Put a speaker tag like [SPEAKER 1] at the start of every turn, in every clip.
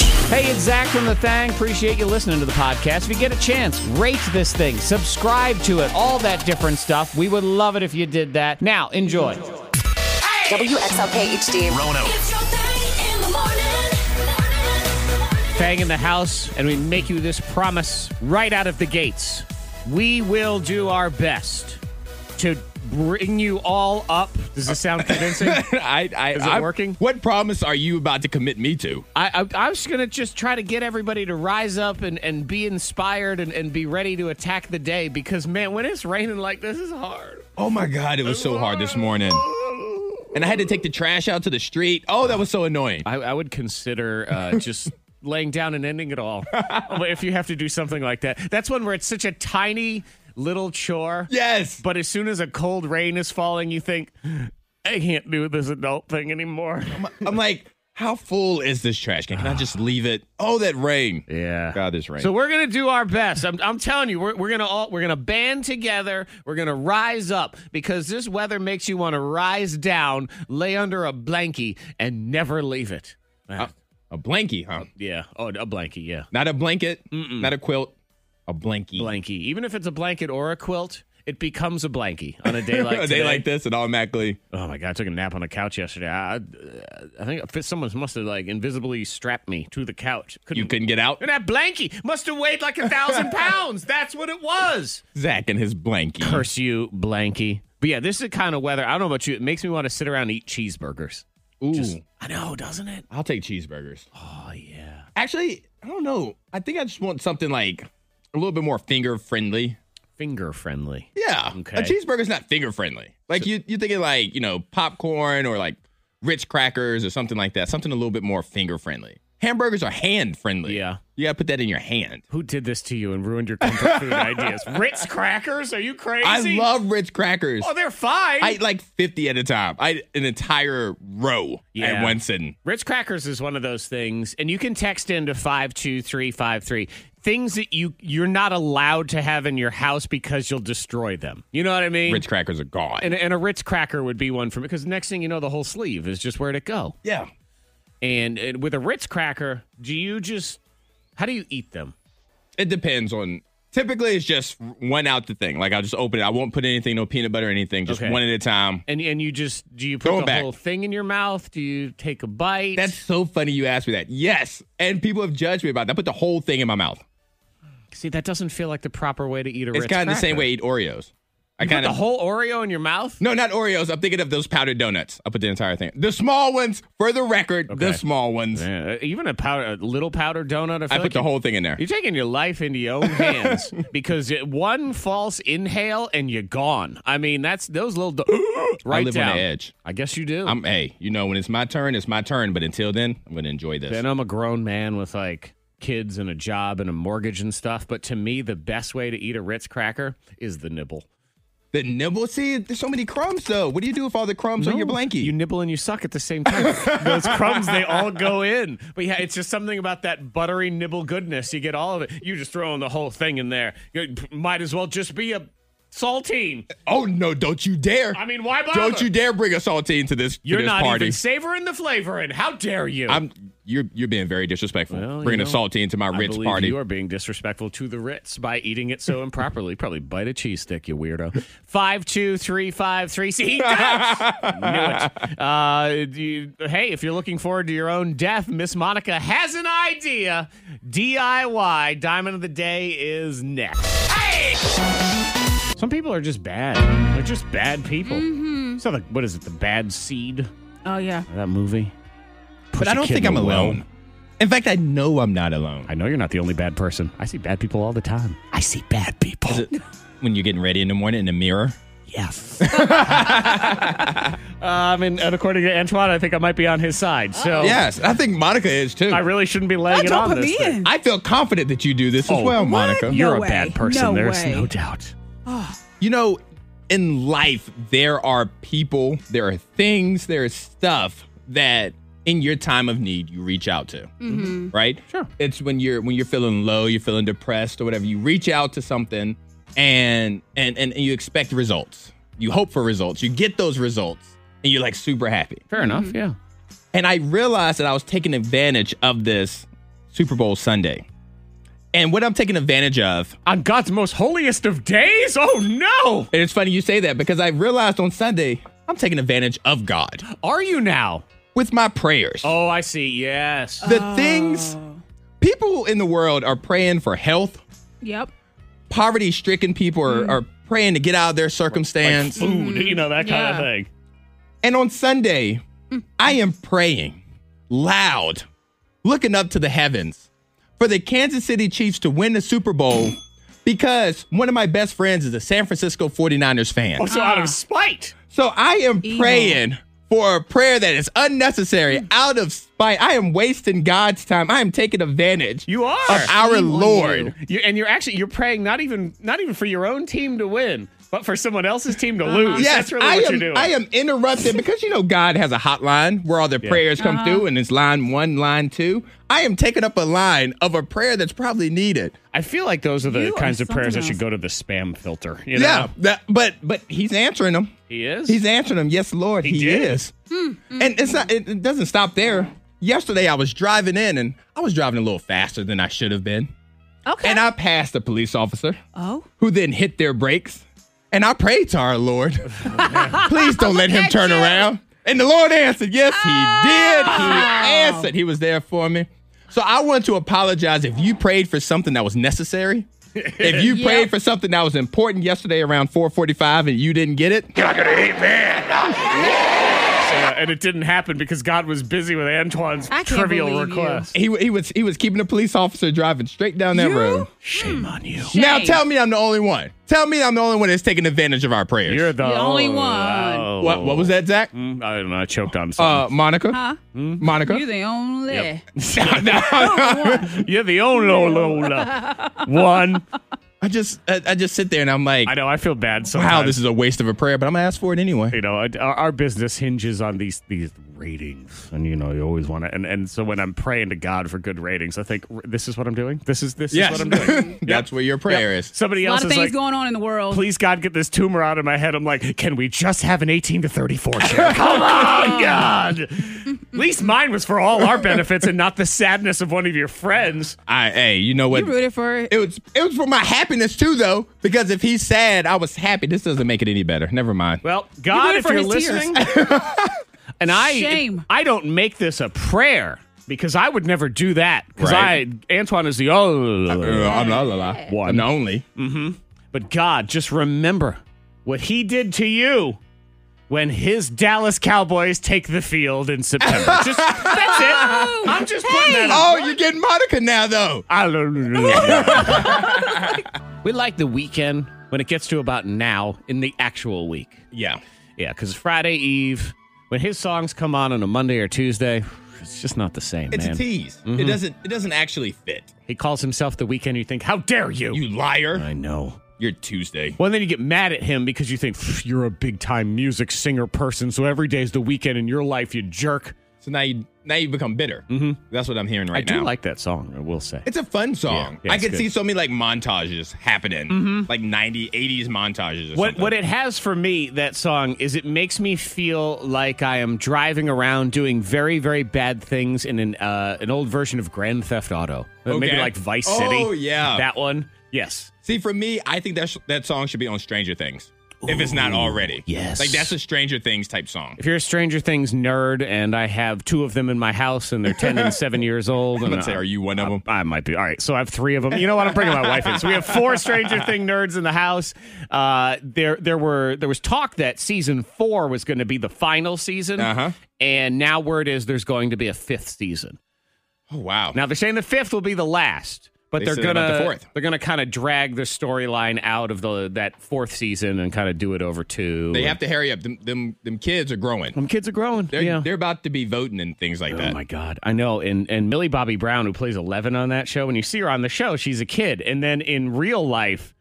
[SPEAKER 1] Hey, it's Zach from The Thang. Appreciate you listening to the podcast. If you get a chance, rate this thing, subscribe to it, all that different stuff. We would love it if you did that. Now, enjoy.
[SPEAKER 2] WXLK HD.
[SPEAKER 3] It's your thing in the morning.
[SPEAKER 1] Thang in the house, and we make you this promise right out of the gates. We will do our best to bring you all up. Does this sound convincing?
[SPEAKER 4] I, I,
[SPEAKER 1] Is it
[SPEAKER 4] I'm-
[SPEAKER 1] working?
[SPEAKER 4] What promise are you about to commit me to?
[SPEAKER 1] I, I, I was going to just try to get everybody to rise up and, and be inspired and, and be ready to attack the day because, man, when it's raining like this, it's hard.
[SPEAKER 4] Oh my God, it was so hard this morning. And I had to take the trash out to the street. Oh, that was so annoying.
[SPEAKER 1] I, I would consider uh, just laying down and ending it all But if you have to do something like that. That's one where it's such a tiny little chore.
[SPEAKER 4] Yes.
[SPEAKER 1] But as soon as a cold rain is falling, you think, I can't do this adult thing anymore.
[SPEAKER 4] I'm like, how full is this trash can? Can I just leave it? Oh, that rain.
[SPEAKER 1] Yeah.
[SPEAKER 4] God, this rain.
[SPEAKER 1] So we're gonna do our best. I'm, I'm telling you, we're, we're gonna all we're gonna band together. We're gonna rise up because this weather makes you want to rise down, lay under a blankie, and never leave it.
[SPEAKER 4] Uh, a blankie, huh?
[SPEAKER 1] Yeah. Oh, a blankie. Yeah.
[SPEAKER 4] Not a blanket, not a quilt, a blankie.
[SPEAKER 1] Blankie. Even if it's a blanket or a quilt, it becomes a blankie on a day like
[SPEAKER 4] a
[SPEAKER 1] today.
[SPEAKER 4] day like this, and automatically.
[SPEAKER 1] Oh my god! I took a nap on a couch yesterday. I, I think someone must have like invisibly strapped me to the couch. Couldn't,
[SPEAKER 4] You couldn't get out.
[SPEAKER 1] And that blankie must have weighed like a thousand pounds. That's what it was.
[SPEAKER 4] Zach and his blankie.
[SPEAKER 1] Curse you, blankie. But yeah, this is the kind of weather. I don't know about you. It makes me want to sit around and eat cheeseburgers.
[SPEAKER 4] Ooh.
[SPEAKER 1] Just- I know, doesn't it?
[SPEAKER 4] I'll take cheeseburgers.
[SPEAKER 1] Oh yeah.
[SPEAKER 4] Actually, I don't know. I think I just want something like a little bit more finger friendly.
[SPEAKER 1] Finger friendly.
[SPEAKER 4] Yeah.
[SPEAKER 1] Okay.
[SPEAKER 4] A cheeseburger's not finger friendly. Like you you thinking like, you know, popcorn or like Ritz crackers or something like that. Something a little bit more finger friendly. Hamburgers are hand friendly.
[SPEAKER 1] Yeah.
[SPEAKER 4] You gotta put that in your hand.
[SPEAKER 1] Who did this to you and ruined your comfort food ideas? Ritz crackers? Are you crazy?
[SPEAKER 4] I love Ritz crackers.
[SPEAKER 1] Oh, they're fine.
[SPEAKER 4] I eat like 50 at a time. I eat an entire row
[SPEAKER 1] Yeah.
[SPEAKER 4] at one sitting.
[SPEAKER 1] Ritz crackers is one of those things, and you can text into five two three five three. Things that you you're not allowed to have in your house because you'll destroy them. You know what I mean?
[SPEAKER 4] Ritz crackers are gone.
[SPEAKER 1] and, and a Ritz cracker would be one for me because next thing you know, the whole sleeve is just where'd it go.
[SPEAKER 4] yeah.
[SPEAKER 1] And, and with a Ritz cracker, do you just how do you eat them?
[SPEAKER 4] It depends on typically it's just one out the thing. Like I'll just open it. I won't put anything, no peanut butter or anything, just
[SPEAKER 1] Okay.
[SPEAKER 4] one at a time.
[SPEAKER 1] And and you just do you put
[SPEAKER 4] Throw 'em
[SPEAKER 1] the
[SPEAKER 4] back.
[SPEAKER 1] whole thing in your mouth? Do you take a bite?
[SPEAKER 4] That's so funny you asked me that. Yes. And people have judged me about that. I put the whole thing in my mouth.
[SPEAKER 1] see that doesn't feel like the proper way to eat a
[SPEAKER 4] It's
[SPEAKER 1] Ritz.
[SPEAKER 4] kind of the same
[SPEAKER 1] cracker.
[SPEAKER 4] way I eat Oreos. I
[SPEAKER 1] You put
[SPEAKER 4] kind
[SPEAKER 1] the
[SPEAKER 4] of
[SPEAKER 1] whole Oreo in your mouth.
[SPEAKER 4] no, not Oreos. I'm thinking of those powdered donuts. I put the entire thing. The small ones, for the record,
[SPEAKER 1] Okay.
[SPEAKER 4] the small ones.
[SPEAKER 1] Yeah, even a powder, a little powder donut. feel
[SPEAKER 4] I
[SPEAKER 1] like
[SPEAKER 4] put the
[SPEAKER 1] you-
[SPEAKER 4] whole thing in there.
[SPEAKER 1] You're taking your life into your own hands because it, one false inhale and you're gone. I mean, that's those little do- right
[SPEAKER 4] I live
[SPEAKER 1] down.
[SPEAKER 4] on the edge.
[SPEAKER 1] I guess you do.
[SPEAKER 4] I'm hey, you know when it's my turn, it's my turn. But until then, I'm gonna enjoy this.
[SPEAKER 1] then I'm a grown man with like kids and a job and a mortgage and stuff. But to me, the best way to eat a Ritz cracker is the nibble.
[SPEAKER 4] the nibble, see, there's so many crumbs though. What do you do with all the crumbs on your blankie?
[SPEAKER 1] You nibble and you suck at the same time. Those crumbs, they all go in. But yeah, it's just something about that buttery nibble goodness. You get all of it. You just throwing the whole thing in there. You might as well just be a saltine.
[SPEAKER 4] oh no, don't you dare!
[SPEAKER 1] I mean, why bother?
[SPEAKER 4] don't you dare bring a saltine to this. to
[SPEAKER 1] You're
[SPEAKER 4] this
[SPEAKER 1] not
[SPEAKER 4] party.
[SPEAKER 1] even savoring the flavor, and how dare you?
[SPEAKER 4] I'm you're you're being very disrespectful.
[SPEAKER 1] Well, you
[SPEAKER 4] Bringing a
[SPEAKER 1] know,
[SPEAKER 4] saltine to my
[SPEAKER 1] I
[SPEAKER 4] Ritz
[SPEAKER 1] believe
[SPEAKER 4] party.
[SPEAKER 1] You are being disrespectful to the Ritz by eating it so improperly. Probably bite a cheese stick, you weirdo. Five two three five three. See, he does. Knew it. Uh, do you- hey, if you're looking forward to your own death, Miss Monica has an idea. DIY Diamond of the Day is next. Some people are just bad. They're just bad people.
[SPEAKER 4] Mm-hmm.
[SPEAKER 1] So, the, what is it? The bad seed.
[SPEAKER 5] Oh yeah.
[SPEAKER 1] That movie.
[SPEAKER 4] but I don't think I'm alone. In fact, I know I'm not alone.
[SPEAKER 1] I know you're not the only bad person. I see bad people all the time. I see bad people.
[SPEAKER 4] when you're getting ready in the morning in the mirror.
[SPEAKER 1] Yes. um, and, and according to Antoine, I think I might be on his side. So
[SPEAKER 4] Yes, I think Monica is too.
[SPEAKER 1] Oh. I
[SPEAKER 4] I,
[SPEAKER 1] really shouldn't be laying
[SPEAKER 5] Oh,
[SPEAKER 1] it
[SPEAKER 5] don't
[SPEAKER 1] on
[SPEAKER 5] put
[SPEAKER 1] this
[SPEAKER 5] me
[SPEAKER 1] thing.
[SPEAKER 5] in.
[SPEAKER 4] I feel confident that you do this
[SPEAKER 1] Oh,
[SPEAKER 4] as well,
[SPEAKER 1] what?
[SPEAKER 4] Monica.
[SPEAKER 5] No
[SPEAKER 1] You're a
[SPEAKER 5] way.
[SPEAKER 1] bad person.
[SPEAKER 5] No
[SPEAKER 1] There's
[SPEAKER 5] way.
[SPEAKER 1] no doubt.
[SPEAKER 4] You know, in life, there are people, there are things, there is stuff that in your time of need you reach out to. Right?
[SPEAKER 1] Sure.
[SPEAKER 4] It's when you're when you're feeling low, you're feeling depressed or whatever, you reach out to something and and and, and you expect results. You hope for results. You get those results and you're like super happy.
[SPEAKER 1] Fair enough. Yeah.
[SPEAKER 4] And I realized that I was taking advantage of this Super Bowl Sunday. And what I'm taking advantage of,
[SPEAKER 1] On God's most holiest of days? Oh no!
[SPEAKER 4] and it's funny you say that because I realized on Sunday, I'm taking advantage of God
[SPEAKER 1] Are you now?
[SPEAKER 4] with my prayers.
[SPEAKER 1] Oh, I see. Yes.
[SPEAKER 4] The things people in the world are praying for health,
[SPEAKER 5] Yep.
[SPEAKER 4] poverty stricken people are, are praying to get out of their circumstance.
[SPEAKER 1] Mm. Food, you know, that kind
[SPEAKER 5] Yeah.
[SPEAKER 1] of thing.
[SPEAKER 4] And on Sunday, I am praying loud, looking up to the heavens for the Kansas City Chiefs to win the Super Bowl because one of my best friends is a San Francisco 49ers fan.
[SPEAKER 1] Oh, so out of spite.
[SPEAKER 4] So I am praying for a prayer that is unnecessary out of spite. I am wasting God's time. I am taking advantage
[SPEAKER 1] You are.
[SPEAKER 4] of our
[SPEAKER 5] Shame on
[SPEAKER 4] Lord.
[SPEAKER 1] You, and you're actually you're praying not even not even for your own team to win, but for someone else's team
[SPEAKER 5] Uh-huh.
[SPEAKER 1] to lose. That's really
[SPEAKER 4] I
[SPEAKER 1] what
[SPEAKER 4] am,
[SPEAKER 1] you're doing.
[SPEAKER 4] I am interrupted because you know God has a hotline where all the prayers come through, and it's line one, line two. I am taking up a line of a prayer that's probably needed.
[SPEAKER 1] I feel like those are the
[SPEAKER 5] You are
[SPEAKER 1] kinds of prayers that
[SPEAKER 5] something
[SPEAKER 1] should go
[SPEAKER 5] else.
[SPEAKER 1] to the spam filter. You
[SPEAKER 4] yeah,
[SPEAKER 1] know?
[SPEAKER 4] that- but but He's answering them.
[SPEAKER 1] he is.
[SPEAKER 4] He's answering them. Yes, Lord, He,
[SPEAKER 1] did.
[SPEAKER 4] is. And it's not. It, it doesn't stop there. Yesterday, I was driving in, and I was driving a little faster than I should have been,
[SPEAKER 5] Okay.
[SPEAKER 4] and I passed a police officer.
[SPEAKER 5] oh.
[SPEAKER 4] who then hit their brakes. And I prayed to our Lord, please don't let him
[SPEAKER 5] at
[SPEAKER 4] turn
[SPEAKER 5] you.
[SPEAKER 4] around. And the Lord answered, yes, he
[SPEAKER 5] Ah.
[SPEAKER 4] did. He answered. He was there for me. So I want to apologize if you prayed for something that was necessary. If you
[SPEAKER 5] Yep.
[SPEAKER 4] prayed for something that was important yesterday around 4:45 and you didn't get it,
[SPEAKER 1] Yeah, uh, and it didn't happen because God was busy with Antoine's
[SPEAKER 5] I can't
[SPEAKER 1] trivial
[SPEAKER 5] believe you.
[SPEAKER 1] request.
[SPEAKER 4] he, he was he was keeping a police officer driving straight down that
[SPEAKER 5] You?
[SPEAKER 4] road.
[SPEAKER 5] Hmm.
[SPEAKER 1] Shame on you.
[SPEAKER 4] Now
[SPEAKER 5] Shame.
[SPEAKER 4] tell me I'm the only one. Tell me I'm the only one that's taking advantage of our prayers.
[SPEAKER 1] You're the,
[SPEAKER 5] The only
[SPEAKER 1] one.
[SPEAKER 5] one.
[SPEAKER 4] what what was that, Zach?
[SPEAKER 1] I don't know. I choked on
[SPEAKER 4] Uh,
[SPEAKER 1] something.
[SPEAKER 4] Monica.
[SPEAKER 5] Huh?
[SPEAKER 4] Monica.
[SPEAKER 5] You the only.
[SPEAKER 1] You're the only one.
[SPEAKER 4] I just I, I just sit there and I'm like,
[SPEAKER 1] I know. I feel bad sometimes.
[SPEAKER 4] wow, this is a waste of a prayer, but I'm gonna ask for it anyway.
[SPEAKER 1] you know I- our, our business hinges on these these ratings and you know you always want to and, and so when i'm praying to god for good ratings i think "R- this is what i'm doing this is this is what i'm doing
[SPEAKER 4] that's where your prayer is.
[SPEAKER 1] somebody
[SPEAKER 5] A lot
[SPEAKER 1] else
[SPEAKER 5] of
[SPEAKER 1] is
[SPEAKER 5] things
[SPEAKER 1] like
[SPEAKER 5] going on in the world.
[SPEAKER 1] please god get this tumor out of my head i'm like can we just have an 18 to 34 chair come on god at least mine was for all our benefits and not the sadness of one of your friends
[SPEAKER 4] I hey, you know what?
[SPEAKER 5] You rooted for it.
[SPEAKER 4] It was it was for my happiness too, though, because if he's sad, I was happy. This doesn't make it any better. Never mind.
[SPEAKER 1] well god
[SPEAKER 5] rooted
[SPEAKER 1] if
[SPEAKER 5] for
[SPEAKER 1] you're
[SPEAKER 5] his tears.
[SPEAKER 1] listening and i
[SPEAKER 5] Shame.
[SPEAKER 1] i don't make this a prayer because I would never do that. Because
[SPEAKER 4] Right.
[SPEAKER 1] I, Antoine is the oh,
[SPEAKER 4] Uh, I'm not la, la.
[SPEAKER 1] One.
[SPEAKER 4] I'm the only.
[SPEAKER 1] But God, just remember what he did to you when his Dallas Cowboys take the field in September. just, that's it. I'm just putting that out.
[SPEAKER 4] Oh, you're getting Monica now, though.
[SPEAKER 1] Hallelujah. we like the weekend when it gets to about now in the actual week.
[SPEAKER 4] Yeah.
[SPEAKER 1] Yeah, because Friday Eve, when his songs come on on a Monday or Tuesday, it's just not the same,
[SPEAKER 4] It's
[SPEAKER 1] man. Mm-hmm.
[SPEAKER 4] a tease. It doesn't it doesn't actually fit.
[SPEAKER 1] he calls himself the weekend. You think, how dare you?
[SPEAKER 4] You liar.
[SPEAKER 1] I know.
[SPEAKER 4] You're Tuesday.
[SPEAKER 1] Well, then you get mad at him because you think "Pff, you're a big time music singer person, so every day's the weekend in your life, you jerk.
[SPEAKER 4] So now you now you become bitter. Mm-hmm. That's what I'm hearing right
[SPEAKER 1] I do
[SPEAKER 4] now.
[SPEAKER 1] like that song, I will say.
[SPEAKER 4] It's a fun song.
[SPEAKER 1] Yeah, yeah,
[SPEAKER 4] I
[SPEAKER 1] it's
[SPEAKER 4] could
[SPEAKER 1] good.
[SPEAKER 4] see so many like montages happening, like 90, 80s montages. Or
[SPEAKER 1] Mm-hmm. What
[SPEAKER 4] something.
[SPEAKER 1] what it has for me that song is it makes me feel like I am driving around doing very very bad things in an uh, an old version of Grand Theft Auto, Uh, maybe
[SPEAKER 4] Okay.
[SPEAKER 1] like Vice
[SPEAKER 4] Oh,
[SPEAKER 1] City.
[SPEAKER 4] yeah.
[SPEAKER 1] that one. Yes,
[SPEAKER 4] see for me, I think that sh- that song should be on Stranger Things if it's not already.
[SPEAKER 1] yes.
[SPEAKER 4] like that's a Stranger Things type song.
[SPEAKER 1] if you're a Stranger Things nerd, and I have two of them in my house, and they're ten and seven years old,
[SPEAKER 4] I'm
[SPEAKER 1] and
[SPEAKER 4] gonna say,
[SPEAKER 1] uh,
[SPEAKER 4] are you one of them?
[SPEAKER 1] I might be. All right. So I have three of them. You know what? I'm bringing my wife in. So we have four Stranger Thing nerds in the house. Uh, there, there were there was talk that season four was going to be the final season,
[SPEAKER 4] Uh-huh.
[SPEAKER 1] and now word is there's going to be a fifth season.
[SPEAKER 4] Oh wow.
[SPEAKER 1] Now they're saying the fifth will be the last, but
[SPEAKER 4] They
[SPEAKER 1] they are
[SPEAKER 4] said
[SPEAKER 1] gonna
[SPEAKER 4] about the fourth.
[SPEAKER 1] they're gonna kind of drag the storyline out of the that fourth season and kind of do it over two.
[SPEAKER 4] they
[SPEAKER 1] And-
[SPEAKER 4] have to hurry up. Them them, them kids are growing.
[SPEAKER 1] Them kids are growing.
[SPEAKER 4] They're,
[SPEAKER 1] Um, yeah.
[SPEAKER 4] they're about to be voting and things like
[SPEAKER 1] Oh
[SPEAKER 4] that.
[SPEAKER 1] my god, I know. And and Millie Bobby Brown, who plays Eleven on that show, when you see her on the show, she's a kid, and then in real life,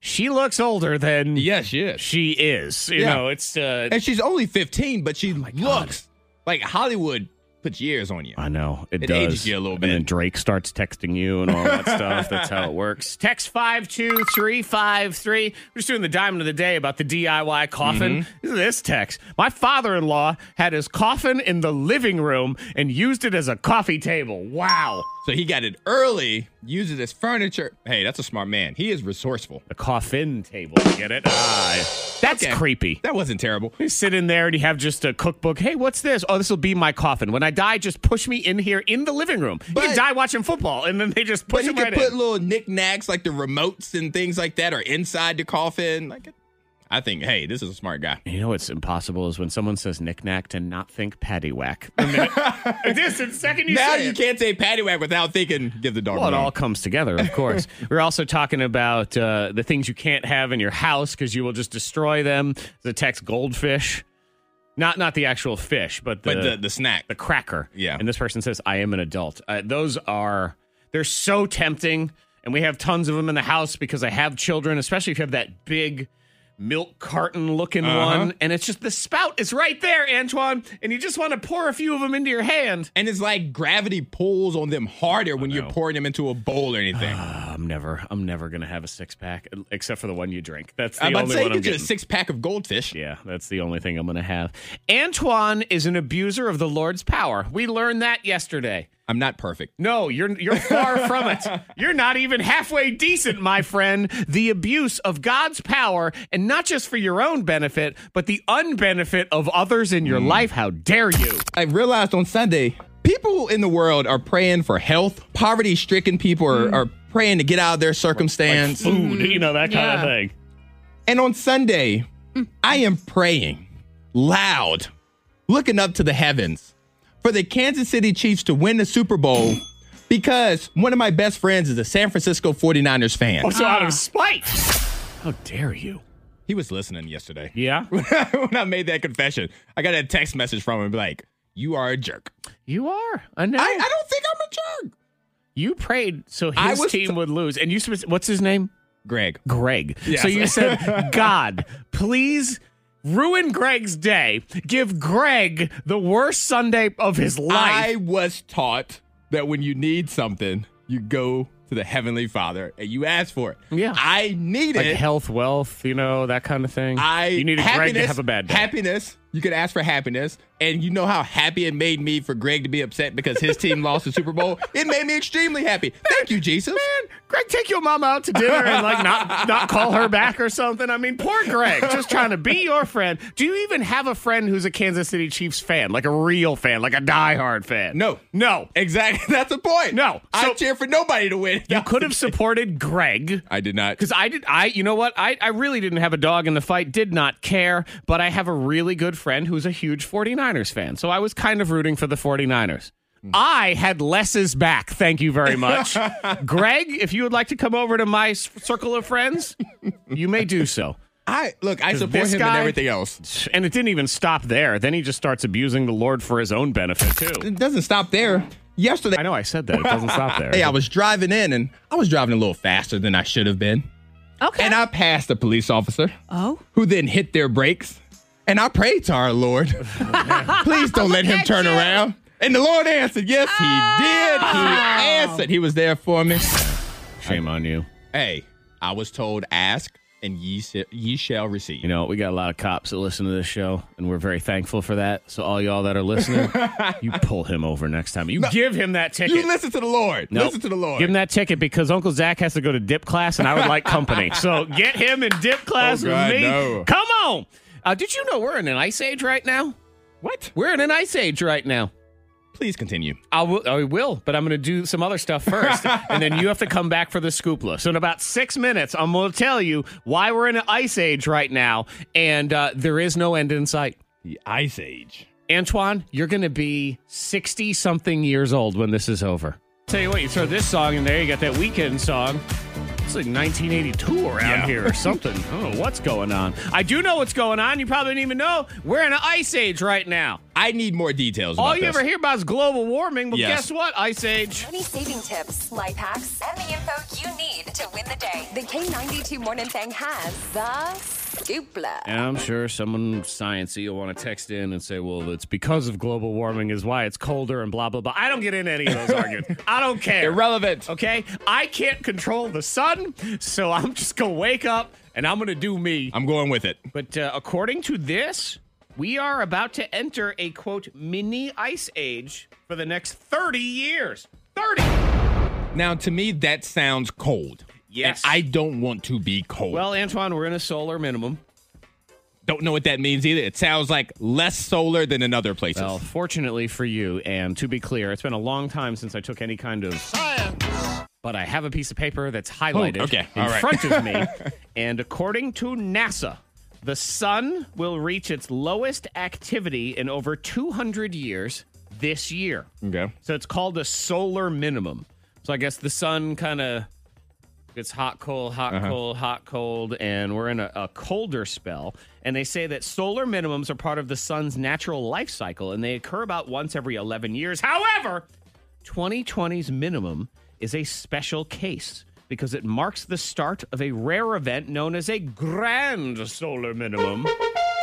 [SPEAKER 1] she looks older than
[SPEAKER 4] Yes, yes.
[SPEAKER 1] she is. You
[SPEAKER 4] Yeah.
[SPEAKER 1] know, it's. Uh,
[SPEAKER 4] And she's only 15, but she
[SPEAKER 1] Oh my God.
[SPEAKER 4] looks like Hollywood puts years on you.
[SPEAKER 1] I know it,
[SPEAKER 4] It
[SPEAKER 1] does.
[SPEAKER 4] ages you a little bit.
[SPEAKER 1] And then Drake starts texting you and all that stuff. That's how it works. Text five two three five three. We're just doing the diamond of the day about the DIY coffin.
[SPEAKER 4] Mm-hmm.
[SPEAKER 1] This is This text: My father-in-law had his coffin in the living room and used it as a coffee table. Wow.
[SPEAKER 4] So he got it early, used it as furniture. Hey, that's a smart man. He is resourceful.
[SPEAKER 1] The coffin table. Get it? Ah, that's
[SPEAKER 4] Okay.
[SPEAKER 1] creepy.
[SPEAKER 4] That wasn't terrible.
[SPEAKER 1] You sit in there and you have just a cookbook. Hey, what's this? Oh, this will be my coffin. When I die, just push me in here in the living room. you
[SPEAKER 4] But-
[SPEAKER 1] can die watching football, and then they just
[SPEAKER 4] But
[SPEAKER 1] push
[SPEAKER 4] he
[SPEAKER 1] him
[SPEAKER 4] could
[SPEAKER 1] right
[SPEAKER 4] put
[SPEAKER 1] in.
[SPEAKER 4] little knickknacks like the remotes and things like that are inside the coffin. Like, I think, hey, this is a smart guy.
[SPEAKER 1] You know what's impossible is when someone says knickknack to not think paddywhack. The minute- this the second you
[SPEAKER 4] now
[SPEAKER 1] say
[SPEAKER 4] you
[SPEAKER 1] it.
[SPEAKER 4] can't say paddywhack without thinking give the dog
[SPEAKER 1] Well, it
[SPEAKER 4] bone.
[SPEAKER 1] all comes together, of course. We're also talking about uh, the things you can't have in your house because you will just destroy them. The text goldfish, not not the actual fish, but the
[SPEAKER 4] but the, the snack.
[SPEAKER 1] the cracker.
[SPEAKER 4] Yeah.
[SPEAKER 1] And this person says, "I am an adult." Uh, those are they're so tempting, and we have tons of them in the house because I have children, especially if you have that big milk carton looking
[SPEAKER 4] Uh-huh.
[SPEAKER 1] one, and it's just the spout is right there, Antoine, and you just want to pour a few of them into your hand.
[SPEAKER 4] and it's like gravity pulls on them harder when you're
[SPEAKER 1] no.
[SPEAKER 4] pouring them into a bowl or anything.
[SPEAKER 1] I'm never, I'm never gonna have a six pack except for the one you drink. That's the
[SPEAKER 4] I'm about to
[SPEAKER 1] only
[SPEAKER 4] say you
[SPEAKER 1] one I'm
[SPEAKER 4] could get a
[SPEAKER 1] getting.
[SPEAKER 4] six pack of goldfish.
[SPEAKER 1] yeah, that's the only thing I'm gonna have. Antoine is an abuser of the Lord's power. We learned that yesterday.
[SPEAKER 4] I'm not perfect.
[SPEAKER 1] No, you're you're far from it. You're not even halfway decent, my friend. The abuse of God's power, and not just for your own benefit, but the unbenefit of others in your life. How dare you?
[SPEAKER 4] I realized on Sunday, people in the world are praying for health. Poverty stricken people
[SPEAKER 1] Hmm.
[SPEAKER 4] are, are praying to get out of their circumstance.
[SPEAKER 1] Food, you know that
[SPEAKER 5] kinda Yeah.
[SPEAKER 1] thing.
[SPEAKER 4] and on Sunday,
[SPEAKER 1] Mm.
[SPEAKER 4] I am praying loud, looking up to the heavens for the Kansas City Chiefs to win the Super Bowl because one of my best friends is a San Francisco 49ers fan.
[SPEAKER 1] Oh, So out of spite. How dare you?
[SPEAKER 4] He was listening yesterday.
[SPEAKER 1] Yeah.
[SPEAKER 4] when I made that confession, I got a text message from him like, You are a jerk.
[SPEAKER 1] You are. I know.
[SPEAKER 4] I, I don't think I'm a jerk.
[SPEAKER 1] You prayed so
[SPEAKER 4] I
[SPEAKER 1] his
[SPEAKER 4] was
[SPEAKER 1] team
[SPEAKER 4] t-
[SPEAKER 1] would lose, and you spec- what's his name?
[SPEAKER 4] Greg.
[SPEAKER 1] Greg.
[SPEAKER 4] Yes.
[SPEAKER 1] So you said, God, please ruin Greg's day. Give Greg the worst Sunday of his life.
[SPEAKER 4] I was taught that when you need something, you go to the Heavenly Father and you ask for it.
[SPEAKER 1] Yeah.
[SPEAKER 4] I need
[SPEAKER 1] like
[SPEAKER 4] it.
[SPEAKER 1] health, wealth, you know that kind of thing.
[SPEAKER 4] I
[SPEAKER 1] you needed Greg to
[SPEAKER 4] happiness-
[SPEAKER 1] have a bad day.
[SPEAKER 4] Happiness. You could ask for happiness. And you know how happy it made me for Greg to be upset because his team lost the Super Bowl? It made me extremely happy. Thank you, Jesus.
[SPEAKER 1] Greg, take your mom out to dinner and like not not call her back or something. I mean, poor Greg, just trying to be your friend. Do you even have a friend who's a Kansas City Chiefs fan, like a real fan, like a diehard fan?
[SPEAKER 4] No.
[SPEAKER 1] no.
[SPEAKER 4] Exactly. That's the point.
[SPEAKER 1] No.
[SPEAKER 4] I
[SPEAKER 1] So-
[SPEAKER 4] cheer for nobody to win.
[SPEAKER 1] You could have supported Greg.
[SPEAKER 4] I did not.
[SPEAKER 1] Because I did, I you know what? I, I really didn't have a dog in the fight, did not care, but I have a really good friend who's a huge 49ers fan. So I was kind of rooting for the 49ers. I had Les's back. Thank you very much. Greg, if you would like to come over to my s- circle of friends, you may do so.
[SPEAKER 4] I look, I support
[SPEAKER 1] this
[SPEAKER 4] him and
[SPEAKER 1] guy-
[SPEAKER 4] everything else.
[SPEAKER 1] And it didn't even stop there. Then he just starts abusing the Lord for his own benefit, too.
[SPEAKER 4] It doesn't stop there. Yesterday,
[SPEAKER 1] I know I said that. It doesn't stop there.
[SPEAKER 4] hey, I was driving in and I was driving a little faster than I should have been.
[SPEAKER 5] Okay.
[SPEAKER 4] And I passed a police officer
[SPEAKER 5] oh.
[SPEAKER 4] who then hit their brakes. And I prayed to our Lord, please don't let him
[SPEAKER 5] at
[SPEAKER 4] turn
[SPEAKER 5] you.
[SPEAKER 4] around. And the Lord answered, yes, he did. He
[SPEAKER 1] Oh.
[SPEAKER 4] answered. He was there for me.
[SPEAKER 1] Shame on you.
[SPEAKER 4] Hey, I was told, ask and ye, sh- ye shall receive.
[SPEAKER 1] You know, we got a lot of cops that listen to this show, and we're very thankful for that. So, all y'all that are listening, you pull him over next time. You give him that ticket.
[SPEAKER 4] you listen to the Lord.
[SPEAKER 1] Nope.
[SPEAKER 4] Listen to the Lord.
[SPEAKER 1] Give him that ticket because Uncle Zach has to go to dip class, and I would like company. So, get him in dip class
[SPEAKER 4] Oh, God,
[SPEAKER 1] with me.
[SPEAKER 4] no.
[SPEAKER 1] Come on. Uh, did you know we're in an ice age right now?
[SPEAKER 4] what?
[SPEAKER 1] We're in an ice age right now.
[SPEAKER 4] Please continue.
[SPEAKER 1] I will, I will, but I'm going to do some other stuff first, and then you have to come back for the scoopla. So in about six minutes, I'm going to tell you why we're in an ice age right now, and uh, there is no end in sight.
[SPEAKER 4] The Ice Age.
[SPEAKER 1] Antoine, you're going to be 60 something years old when this is over. Tell you what, you throw this song in there, you got that weekend song. It's like 1982 around
[SPEAKER 4] Yeah.
[SPEAKER 1] here or something. I don't know what's going on. I do know what's going on. You probably didn't even know. We're in an ice age right now.
[SPEAKER 4] I need more details.
[SPEAKER 1] All
[SPEAKER 4] about
[SPEAKER 1] you
[SPEAKER 4] this.
[SPEAKER 1] ever hear about is global warming. Well,
[SPEAKER 4] Yes.
[SPEAKER 1] guess what? Ice age.
[SPEAKER 2] Any saving tips, life hacks, and the info you need to win the day. The K92 Morning Thing has the dupla.
[SPEAKER 1] And I'm sure someone sciencey will want to text in and say, well, it's because of global warming is why it's colder and blah, blah, blah. I don't get into any of those arguments. I don't care.
[SPEAKER 4] Irrelevant.
[SPEAKER 1] Okay? I can't control the sun, so I'm just going to wake up and I'm going to do me.
[SPEAKER 4] I'm going with it.
[SPEAKER 1] But uh, according to this, we are about to enter a quote mini ice age for the next 30 years. 30.
[SPEAKER 4] Now, to me, that sounds cold.
[SPEAKER 1] Yes.
[SPEAKER 4] And I don't want to be cold.
[SPEAKER 1] Well, Antoine, we're in a solar minimum.
[SPEAKER 4] don't know what that means either. It sounds like less solar than in other places.
[SPEAKER 1] Well, fortunately for you, and to be clear, it's been a long time since I took any kind of science. But I have a piece of paper that's highlighted
[SPEAKER 4] Oh, okay.
[SPEAKER 1] in
[SPEAKER 4] All right.
[SPEAKER 1] front of me. and according to NASA, the sun will reach its lowest activity in over 200 years this year.
[SPEAKER 4] okay.
[SPEAKER 1] So it's called a solar minimum. So I guess the sun kind of gets hot, cold, hot, cold, hot, cold, and we're in a, a colder spell. And they say that solar minimums are part of the sun's natural life cycle and they occur about once every 11 years. However, 2020's minimum is a special case because it marks the start of a rare event known as a grand solar minimum.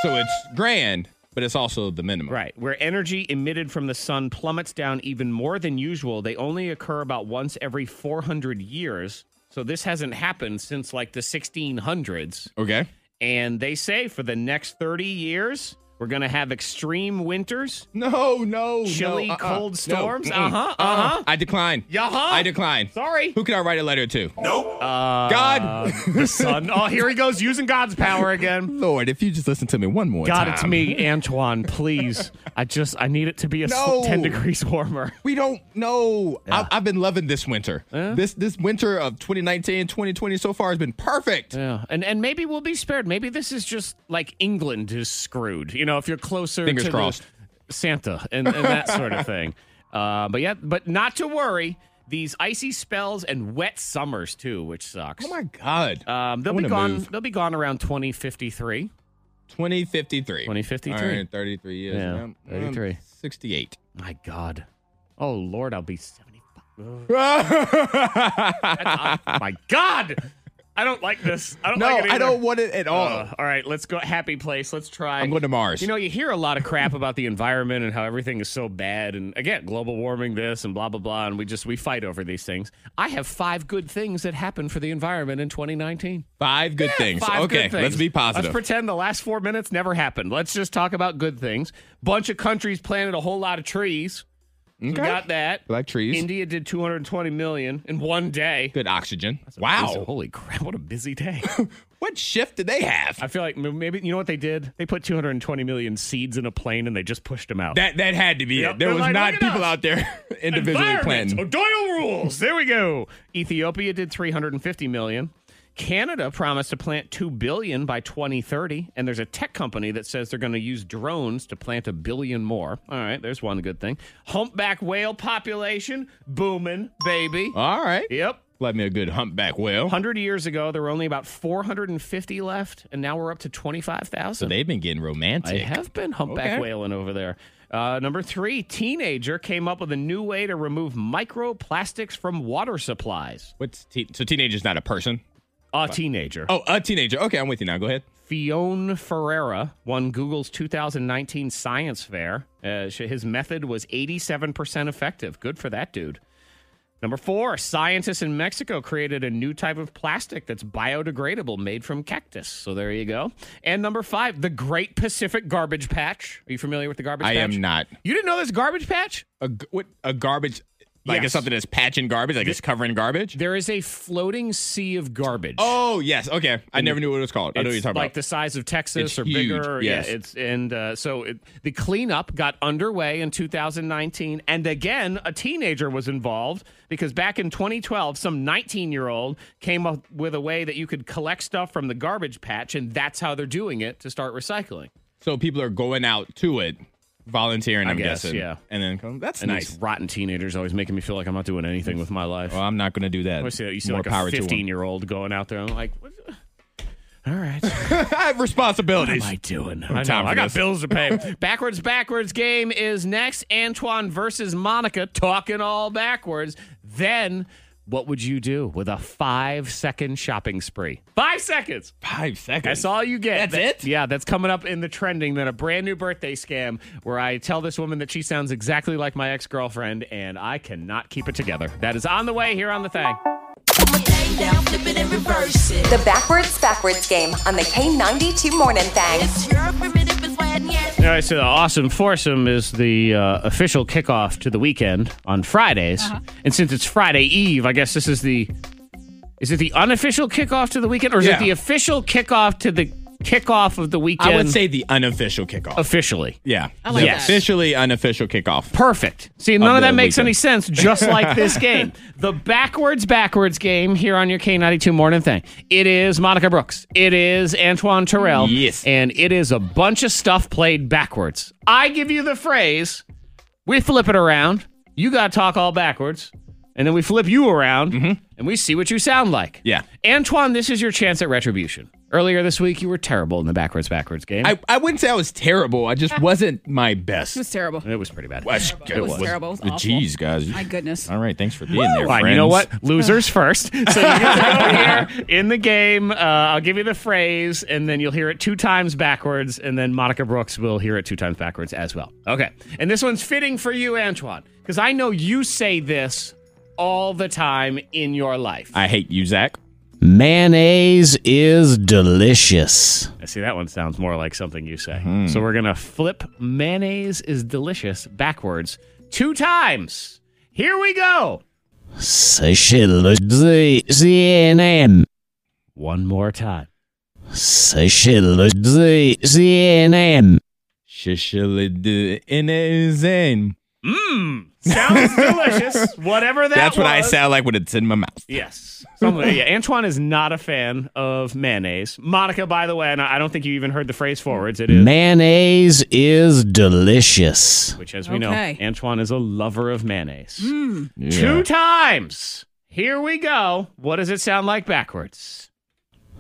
[SPEAKER 4] So it's grand, but it's also the minimum.
[SPEAKER 1] Right, where energy emitted from the sun plummets down even more than usual. They only occur about once every 400 years. So this hasn't happened since like the 1600s.
[SPEAKER 4] Okay.
[SPEAKER 1] And they say for the next 30 years, we're going to have extreme winters.
[SPEAKER 4] No, no,
[SPEAKER 1] Chilly,
[SPEAKER 4] no, uh-uh,
[SPEAKER 1] cold
[SPEAKER 4] no,
[SPEAKER 1] storms?
[SPEAKER 4] mm-mm,
[SPEAKER 1] Uh-huh, uh-huh.
[SPEAKER 4] I decline.
[SPEAKER 1] Yuh-huh.
[SPEAKER 4] I decline.
[SPEAKER 1] Sorry.
[SPEAKER 4] Who can I write a letter to? Nope.
[SPEAKER 1] Uh,
[SPEAKER 4] God,
[SPEAKER 1] The sun. Oh, here he goes using God's power again.
[SPEAKER 4] Lord, if you just listen to me one more
[SPEAKER 1] God,
[SPEAKER 4] time.
[SPEAKER 1] it's me, Antoine. Please, I just I need it to be a s-
[SPEAKER 4] No.
[SPEAKER 1] 10 degrees warmer.
[SPEAKER 4] We don't know. I, I've been loving this winter. This this winter of 2019, 2020 so far has been perfect.
[SPEAKER 1] Yeah, and and maybe we'll be spared. Maybe this is just like England is screwed. You know, if you're closer
[SPEAKER 4] Fingers
[SPEAKER 1] to the
[SPEAKER 4] crossed.
[SPEAKER 1] Santa and, and that sort of thing. Uh, but yeah, but not to worry. These icy spells and wet summers too, which sucks.
[SPEAKER 4] Oh my God.
[SPEAKER 1] um, they'll
[SPEAKER 4] I
[SPEAKER 1] be
[SPEAKER 4] wanna
[SPEAKER 1] gone.
[SPEAKER 4] move.
[SPEAKER 1] They'll be gone around 2053.
[SPEAKER 4] 2053.
[SPEAKER 1] 2053.
[SPEAKER 4] All right, 33 years.
[SPEAKER 1] Yeah,
[SPEAKER 4] Um,
[SPEAKER 1] 33.
[SPEAKER 4] 68.
[SPEAKER 1] My God. Oh Lord, I'll be 75. My God. I don't like this. I don't
[SPEAKER 4] Ah. no,
[SPEAKER 1] like it
[SPEAKER 4] I
[SPEAKER 1] either.
[SPEAKER 4] don't want it at all.
[SPEAKER 1] Uh, all right, let's go. Happy place. Let's try.
[SPEAKER 4] I'm going to Mars.
[SPEAKER 1] You know, you hear a lot of crap about the environment and how everything is so bad, and again, global warming, this and blah blah blah, and we just we fight over these things. I have five good things that happened for the environment in 2019.
[SPEAKER 4] Five good things.
[SPEAKER 1] Five
[SPEAKER 4] okay,
[SPEAKER 1] good things.
[SPEAKER 4] let's be positive.
[SPEAKER 1] Let's pretend the last four minutes never happened. Let's just talk about good things. Bunch of countries planted a whole lot of trees. So We
[SPEAKER 4] Okay.
[SPEAKER 1] got that.
[SPEAKER 4] like trees.
[SPEAKER 1] India did 220 million in one day.
[SPEAKER 4] Good oxygen.
[SPEAKER 1] So,
[SPEAKER 4] Wow.
[SPEAKER 1] holy crap! What a busy day.
[SPEAKER 4] What shift did they have?
[SPEAKER 1] I feel like m- maybe you know what they did. They put 220 million seeds in a plane and they just pushed them out.
[SPEAKER 4] That that had to be
[SPEAKER 1] Yep,
[SPEAKER 4] it. There
[SPEAKER 1] they're
[SPEAKER 4] was
[SPEAKER 1] like,
[SPEAKER 4] not
[SPEAKER 1] look at
[SPEAKER 4] people
[SPEAKER 1] us.
[SPEAKER 4] out there individually
[SPEAKER 1] Environment,
[SPEAKER 4] planting.
[SPEAKER 1] O'Doyle rules. There we go. Ethiopia did 350 million. Canada promised to plant 2 billion by 2030 and there's a tech company that says they're going to use drones to plant a billion more. All right, there's one good thing. Humpback whale population booming, baby.
[SPEAKER 4] All right.
[SPEAKER 1] Yep.
[SPEAKER 4] Let me a good humpback whale.
[SPEAKER 1] 100 years ago there were only about 450 left and now we're up to 25,000.
[SPEAKER 4] So they've been getting
[SPEAKER 1] I
[SPEAKER 4] romantic.
[SPEAKER 1] have been humpback
[SPEAKER 4] Okay.
[SPEAKER 1] whaling over there. Uh, number three, teenager came up with a new way to remove microplastics from water supplies.
[SPEAKER 4] What's te- so teenager's not a person?
[SPEAKER 1] A teenager.
[SPEAKER 4] Oh, a teenager. Okay, I'm with you now. Go ahead.
[SPEAKER 1] Fiona Ferreira won Google's 2019 science fair. Uh, sh- his method was 87% effective. Good for that dude. Number four, scientists in Mexico created a new type of plastic that's biodegradable made from cactus. So there you go. And number five, the Great Pacific Garbage Patch. Are you familiar with the garbage
[SPEAKER 4] I
[SPEAKER 1] patch?
[SPEAKER 4] am not
[SPEAKER 1] You didn't know this garbage patch?
[SPEAKER 4] a g- what a garbage like
[SPEAKER 1] Yes.
[SPEAKER 4] it's something that's patching garbage, like it's covering garbage.
[SPEAKER 1] There is a floating sea of garbage.
[SPEAKER 4] Oh yes, okay. I never knew what it was called. I know what you're
[SPEAKER 1] It's
[SPEAKER 4] talking
[SPEAKER 1] like
[SPEAKER 4] about.
[SPEAKER 1] the size of Texas
[SPEAKER 4] It's
[SPEAKER 1] or
[SPEAKER 4] huge,
[SPEAKER 1] bigger.
[SPEAKER 4] yes.
[SPEAKER 1] Yeah, it's and uh, so it, the cleanup got underway in 2019, and again a teenager was involved because back in 2012, some 19 year old came up with a way that you could collect stuff from the garbage patch, and that's how they're doing it to start recycling.
[SPEAKER 4] so people are going out to it, volunteering. I'm
[SPEAKER 1] guess,
[SPEAKER 4] guessing.
[SPEAKER 1] yeah.
[SPEAKER 4] And then come. That's
[SPEAKER 1] And
[SPEAKER 4] nice.
[SPEAKER 1] these rotten teenagers always making me feel like I'm not doing anything with my life.
[SPEAKER 4] Well, I'm not going to do that.
[SPEAKER 1] I see that. You see
[SPEAKER 4] More
[SPEAKER 1] like
[SPEAKER 4] power
[SPEAKER 1] a
[SPEAKER 4] to 'em.
[SPEAKER 1] 15 year old going out there. I'm like, what? all right.
[SPEAKER 4] I have responsibilities.
[SPEAKER 1] What am I doing? I, know,
[SPEAKER 4] time for
[SPEAKER 1] I got
[SPEAKER 4] this.
[SPEAKER 1] bills to pay. backwards, backwards game is next. Antoine versus Monica talking all backwards. Then, what would you do with a five second shopping spree? Five seconds.
[SPEAKER 4] Five seconds.
[SPEAKER 1] That's all you get.
[SPEAKER 4] That's it?
[SPEAKER 1] Yeah, that's coming up in the trending. Then a brand new birthday scam where I tell this woman that she sounds exactly like my ex girlfriend, and I cannot keep it together. That is on the way here on the thing.
[SPEAKER 3] Lay down, flip it and reverse it.
[SPEAKER 2] The backwards backwards game on the K92 Morning Thing.
[SPEAKER 3] It's your primitive, it's why I and yes.
[SPEAKER 1] All right, so the awesome foursome is the uh, official kickoff to the weekend on Fridays,
[SPEAKER 4] Uh-huh.
[SPEAKER 1] and since it's Friday Eve, I guess this is the is it the unofficial kickoff to the weekend, or is
[SPEAKER 4] Yeah.
[SPEAKER 1] it the official kickoff to the kickoff of the weekend?
[SPEAKER 4] I would say the unofficial kickoff.
[SPEAKER 1] officially.
[SPEAKER 4] yeah.
[SPEAKER 5] I like
[SPEAKER 4] The
[SPEAKER 1] that.
[SPEAKER 4] Officially unofficial kickoff.
[SPEAKER 1] Perfect. See, none of,
[SPEAKER 4] the
[SPEAKER 1] that makes
[SPEAKER 4] weekend.
[SPEAKER 1] any sense, just like this game. The backwards, backwards game here on your K92 morning thing. It is Monica Brooks. It is Antoine Terrell.
[SPEAKER 4] Yes.
[SPEAKER 1] And it is a bunch of stuff played backwards. I give you the phrase, we flip it around. You got to talk all backwards. And then we flip you around and we see what you sound like.
[SPEAKER 4] Mm-hmm. Yeah.
[SPEAKER 1] Antoine, this is your chance at retribution. Earlier this week, you were terrible in the backwards, backwards game.
[SPEAKER 4] I, I wouldn't say I was terrible. I just wasn't my best.
[SPEAKER 5] It was Ah. terrible.
[SPEAKER 1] it was pretty bad.
[SPEAKER 4] Well, it's-
[SPEAKER 5] It was terrible. It was awful.
[SPEAKER 4] Jeez, guys.
[SPEAKER 5] My goodness.
[SPEAKER 4] All right, thanks for being there,
[SPEAKER 1] Fine.
[SPEAKER 4] friends.
[SPEAKER 1] You know what? Losers first. So you get to go here in the game. Uh, I'll give you the phrase, and then you'll hear it two times backwards, and then Monica Brooks will hear it two times backwards as well. Okay. And this one's fitting for you, Antoine, because I know you say this all the time in your life.
[SPEAKER 4] I hate you, Zach.
[SPEAKER 1] Mayonnaise is delicious. I see that one sounds more like something you say.
[SPEAKER 4] Hmm.
[SPEAKER 1] So we're going to flip mayonnaise is delicious backwards two times. Here we go. CNN. One more time. CNN.
[SPEAKER 4] Shishilidinezen.
[SPEAKER 1] Mmm. Sounds delicious. Whatever that
[SPEAKER 4] That's what I
[SPEAKER 1] was.
[SPEAKER 4] sound like when it's in my mouth.
[SPEAKER 1] Yes. Something- yeah, Antoine is not a fan of mayonnaise. Monica, by the way, and I don't think you even heard the phrase forwards. It is mayonnaise is delicious, which, as we
[SPEAKER 5] Okay.
[SPEAKER 1] know, Antoine is a lover of mayonnaise. Two times. Here we go. What does it sound like backwards?